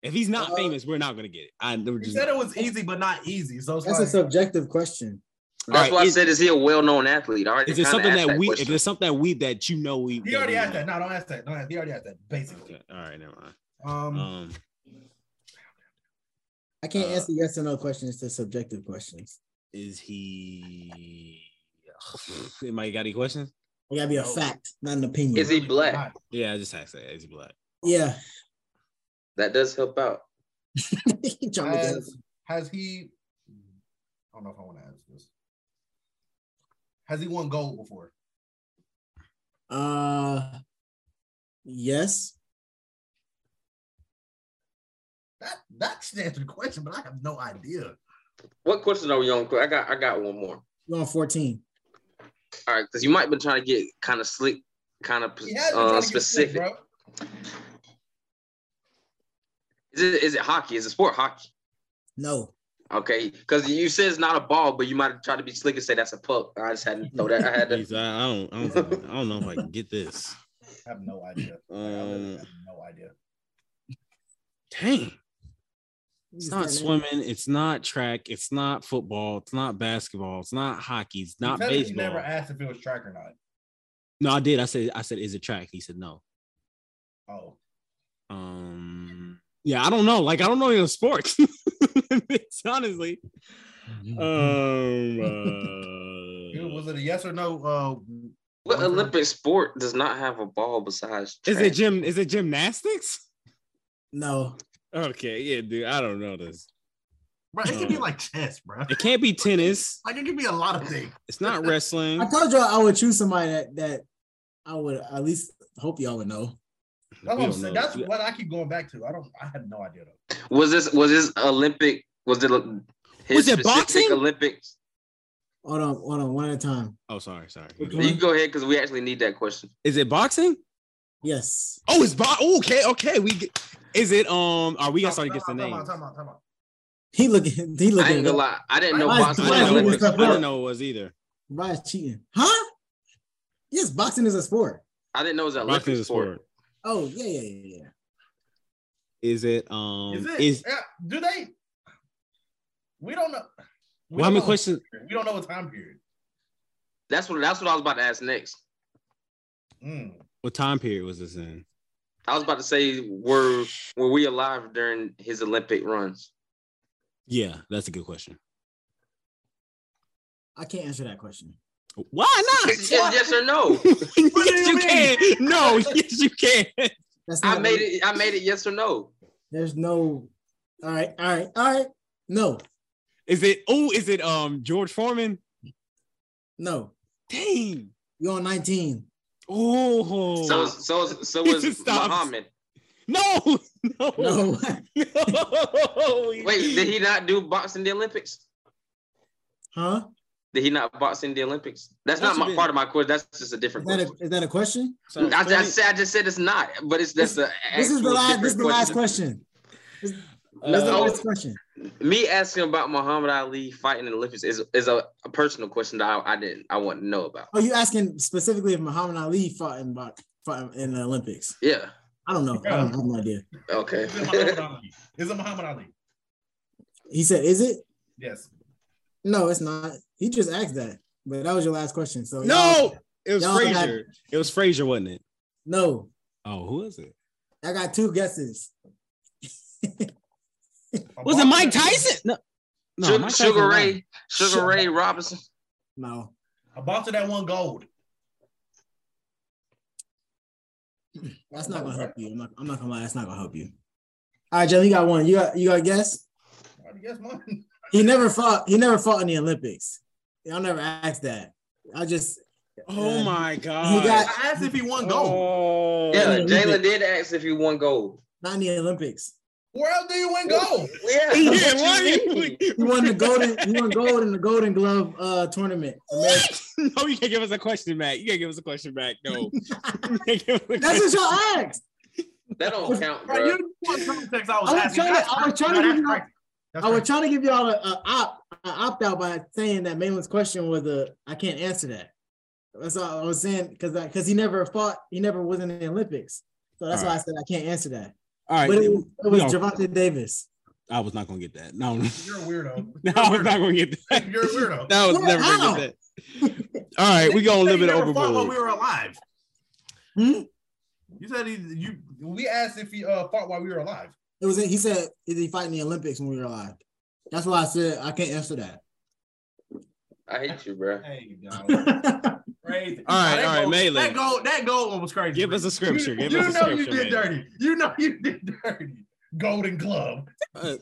If he's not
Uh,
famous, we're not gonna get it. I we're
You
just,
said it was easy, but not easy. So it's
That's a
like,
subjective question.
That's
Alright,
why I
is-
said, is he a well-known athlete? I already
is it
kinda
something
asked
that we? If
question.
there's something that we that you know we.
he already
we
asked
know.
that. No, don't ask that. Don't ask. He already asked that. Basically.
Okay, All right, never mind.
Um,
Um,
I can't
Uh,
answer yes or no questions to subjective questions.
is he? Anybody got any questions?
It gotta be a
No.
fact, not an opinion.
is he black?
Yeah, I just asked that. Is he black?
yeah.
That does help out.
He
Uh,
trying to get
Has, has he? I don't know if I want to ask this. Has he won gold before?
uh yes.
That that should answer the question, but I have no idea.
What question are we on? I got I got one more.
You're on 14.
All right, because you might been trying to get kind of slick, kind of
He has been
uh,
trying to get sick,
specific.
bro.
Is it is it hockey? Is it sport hockey?
No.
Okay, because you said it's not a ball, but you might have tried to be slick and say that's a puck. I just had to throw that. I had to.
He's- I I don't. I don't, think I, I don't know if I can get this.
I have no idea. I literally
Um,
have no idea.
dang. It's not
Just-
swimming. It's not track. It's not football. It's not basketball. It's not hockey. It's
He
not
said He
baseball.
never asked if it was track or not.
no, I did. I said. I said, is it track? He said no.
Oh,
Um. Yeah, I don't know. Like, I don't know any of the sports. It's honestly. Um.
Uh,
Dude,
uh,
was it a yes or no? Uh,
What Olympic sport does not have a ball besides?
uh, is
track?
it gym? Is it gymnastics?
No.
Okay, yeah, dude. I don't know this.
Bro, it could
uh,
be like chess, bro.
It can't be tennis.
Like it could be a lot of things.
It's not wrestling.
I told y'all I would choose somebody that that I would at least hope y'all would know.
That's,
We
what, I'm
don't
saying.
know.
oh, That's what I keep going back to. I don't. I have no idea though.
Was this was this Olympic? Was it his
Was it
specific
boxing?
Olympics?
Hold on, hold on, one at a time.
Oh, sorry, sorry.
Which
You
one?
can go ahead because we actually need that question.
Is it boxing?
Yes.
Oh, it's bo- oh, okay, okay. We get- is it um? Are we gonna start to
Time
get the
out, time
name?
out, time out, time out.
He looking he
I
looking
ain't gonna lie, I didn't know
Why is-
boxing
I
was an
didn't know it was-
Olympic
I didn't
sport.
know it was either.
Brian's cheating. Huh? Yes, boxing is a sport.
I didn't know it was an
Boxing
Olympic
is a
sport.
sport.
Oh, yeah, yeah, yeah, yeah.
Is it um?
Is it?
Is
yeah, do they? We don't know. We
well, how
don't
many
know.
questions?
We don't know what time period.
That's what that's what I was about to ask next.
Mm.
What time period was this in?
I was about to say were were we alive during his Olympic runs?
Yeah, that's a good question.
I can't answer that question.
Why not?
yes, yes or no?
yes, you,
you
can. No, yes, you can.
That's
I made it. I made it. Yes or no?
There's no all right, all right, all right. No,
Is it? Oh, is it um George Foreman?
no.
Dang.
You on 19.
Oh
So so so
He
was
just stops.
Muhammad.
no, no, no.
No.
Wait, did he not do boxing in the Olympics?
huh?
Did he not box in the Olympics? That's
That
not my
should've
part of my question. That's just a
Is
different
that
question.
a, is that a question?
So,
I, I, said, I just said it's not, but it's that's the
This is the
actual
last this is
different
the last question. This is the
Uh,
last question.
Me asking about Muhammad Ali fighting in the Olympics is is a, a personal question that I, I didn't I want to know about.
Are you asking specifically if Muhammad Ali fought in box fought in the Olympics?
Yeah.
I don't know. I don't have no idea.
Okay.
Is it Muhammad Ali? Is it Muhammad Ali?
He said, "Is it?
Yes.
No, it's not." He just asked that, but that was your last question. So
no, it was
Y'all got-
Frazier. It was Frazier, wasn't it?
no.
Oh, who is it?
I got two guesses.
Was it Mike Tyson? No, no
Sugar,
Mike Tyson
Sugar
won.
Ray, Sugar
Shut
Ray Robinson.
No,
A boxer that won gold.
that's not gonna help you. I'm not, I'm not gonna lie. That's not gonna help you. All right, Jelly, you got one. You got you got a guess.
I guess mine.
He never fought. He never fought in the Olympics. Y'all never asked that. I just
Oh my god.
he got
I asked if he won gold.
Oh.
Yeah,
Yeah.
Jalen did ask if he won gold.
not in the Olympics.
Where else do you win gold?
Yeah.
Yeah,
what you
why-
mean?
He won the golden. he won gold in the Golden Glove uh, tournament.
What? No, you can't give us a question back. You can't give us a question back. No. You can't give us a question-
That's what y'all asked.
That don't count,
Bro,
bro.
you knew what context I was,
I was
asking.
trying to-
That's
I was
crazy.
trying to
No, that's
give you-
crazy. That's
I was
crazy.
trying to give y'all a, a opt a opt out by saying that Malin's question was a I can't answer that. That's all I was saying because because he never fought, he never was in the Olympics, so that's
All
why I said I can't answer that.
All right.
but it, was- it was
No.
Javante Davis.
I was not gonna get that. No.
You're a weirdo.
No,
You're a
I was
weirdo.
not gonna get that.
You're a weirdo.
No, I was
What?
never gonna get that. All right, we gonna
You
live it
never fought When we
overboard.
were alive,
Hmm?
you said he, you.
We asked if he uh, fought while we were alive.
It was he said did he fight in the Olympics when we were alive? That's why I said I can't answer that.
I hate you, bro.
Hey, dog. Crazy.
All right, all
that
right,
gold-
Malin.
That gold, that gold one was crazy.
Give us a scripture.
You,
Give
you
us a
know you
scripture.
did
man.
dirty. You know you did dirty. Golden Glove.
Uh,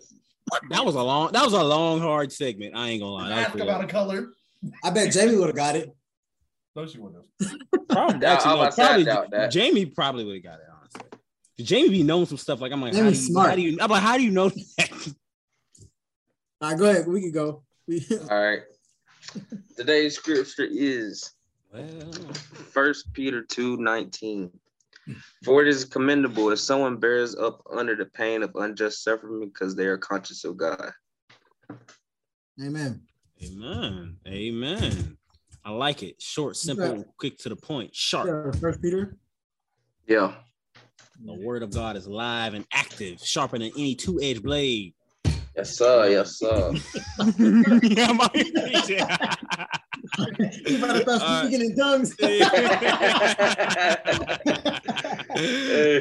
That was a long that was a long, hard segment. I ain't gonna lie. That
Ask
was
about
real.
a color.
I bet Jamie would have got it.
No, she wouldn't. have.
Probably,
I- I
actually,
was
no,
about to say, I
probably-
doubt that.
Jamie probably would have got it, honestly. 'Cause Jamie be knowing some stuff like I'm like, how do,
Jamie's
you,
smart.
how do you I'm like, how do you know that?
All right, go ahead. We could go. We-
All right. Today's scripture is
Well,
First Peter two nineteen. For it is commendable if someone bears up under the pain of unjust suffering because they are conscious of God.
Amen.
Amen. Amen. I like it. Short, simple,
Yeah.
quick to the point, sharp.
Sure, First Peter.
Yeah.
The word of God is live and active, sharper than any two-edged blade.
Yes, sir. Yes, sir.
yeah, my, yeah.
You might have
Uh,
thought speaking in tongues.
all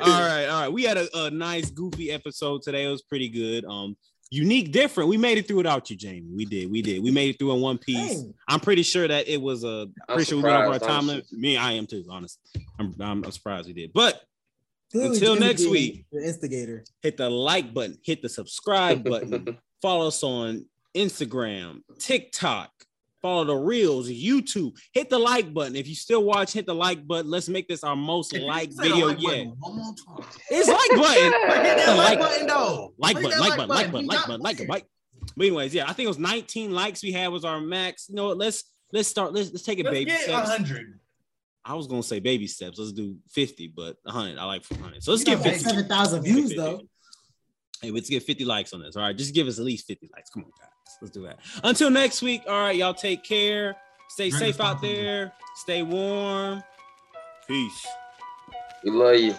right, all right. We had a, a nice goofy episode today. It was pretty good. Um, unique, different. We made it through without you, Jamie. We did, we did. We made it through in one piece.
Dang.
I'm pretty sure that it was a
I'm
pretty sure we went over our
surprised,
time
honestly.
limit. Me, I am too, honest. I'm, I'm surprised we did, but
Clearly
Until
Jimmy
next
being
week.
the instigator.
Hit the like button, hit the subscribe button, follow us on Instagram, TikTok, follow the reels, YouTube. Hit the like button. If you still watch, hit the like button. Let's make this our most
If you
liked
say the
video
like
yet.
button One more time.
It's like button.
Like, hit that
Like-
like, button though.
like
Hit
button,
that
like button, like
You
button, like
got-
button, like button, like. But anyways, yeah, I think it was 19 likes we had was our max. You know, what, let's let's start. Let's let's take it
Let's
baby
get
steps.
100.
I was gonna say baby steps. Let's do 50, but 100. I like 100. So let's
You
get
got
50.
seven thousand
Let's get
views
50.
though.
Hey, let's get 50 likes on this. All right, just give us at least 50 likes. Come on, guys. Let's do that. Until next week. All right, y'all take care. Stay
Drink
safe out
responsibly.
there. Stay warm. Peace.
We love you.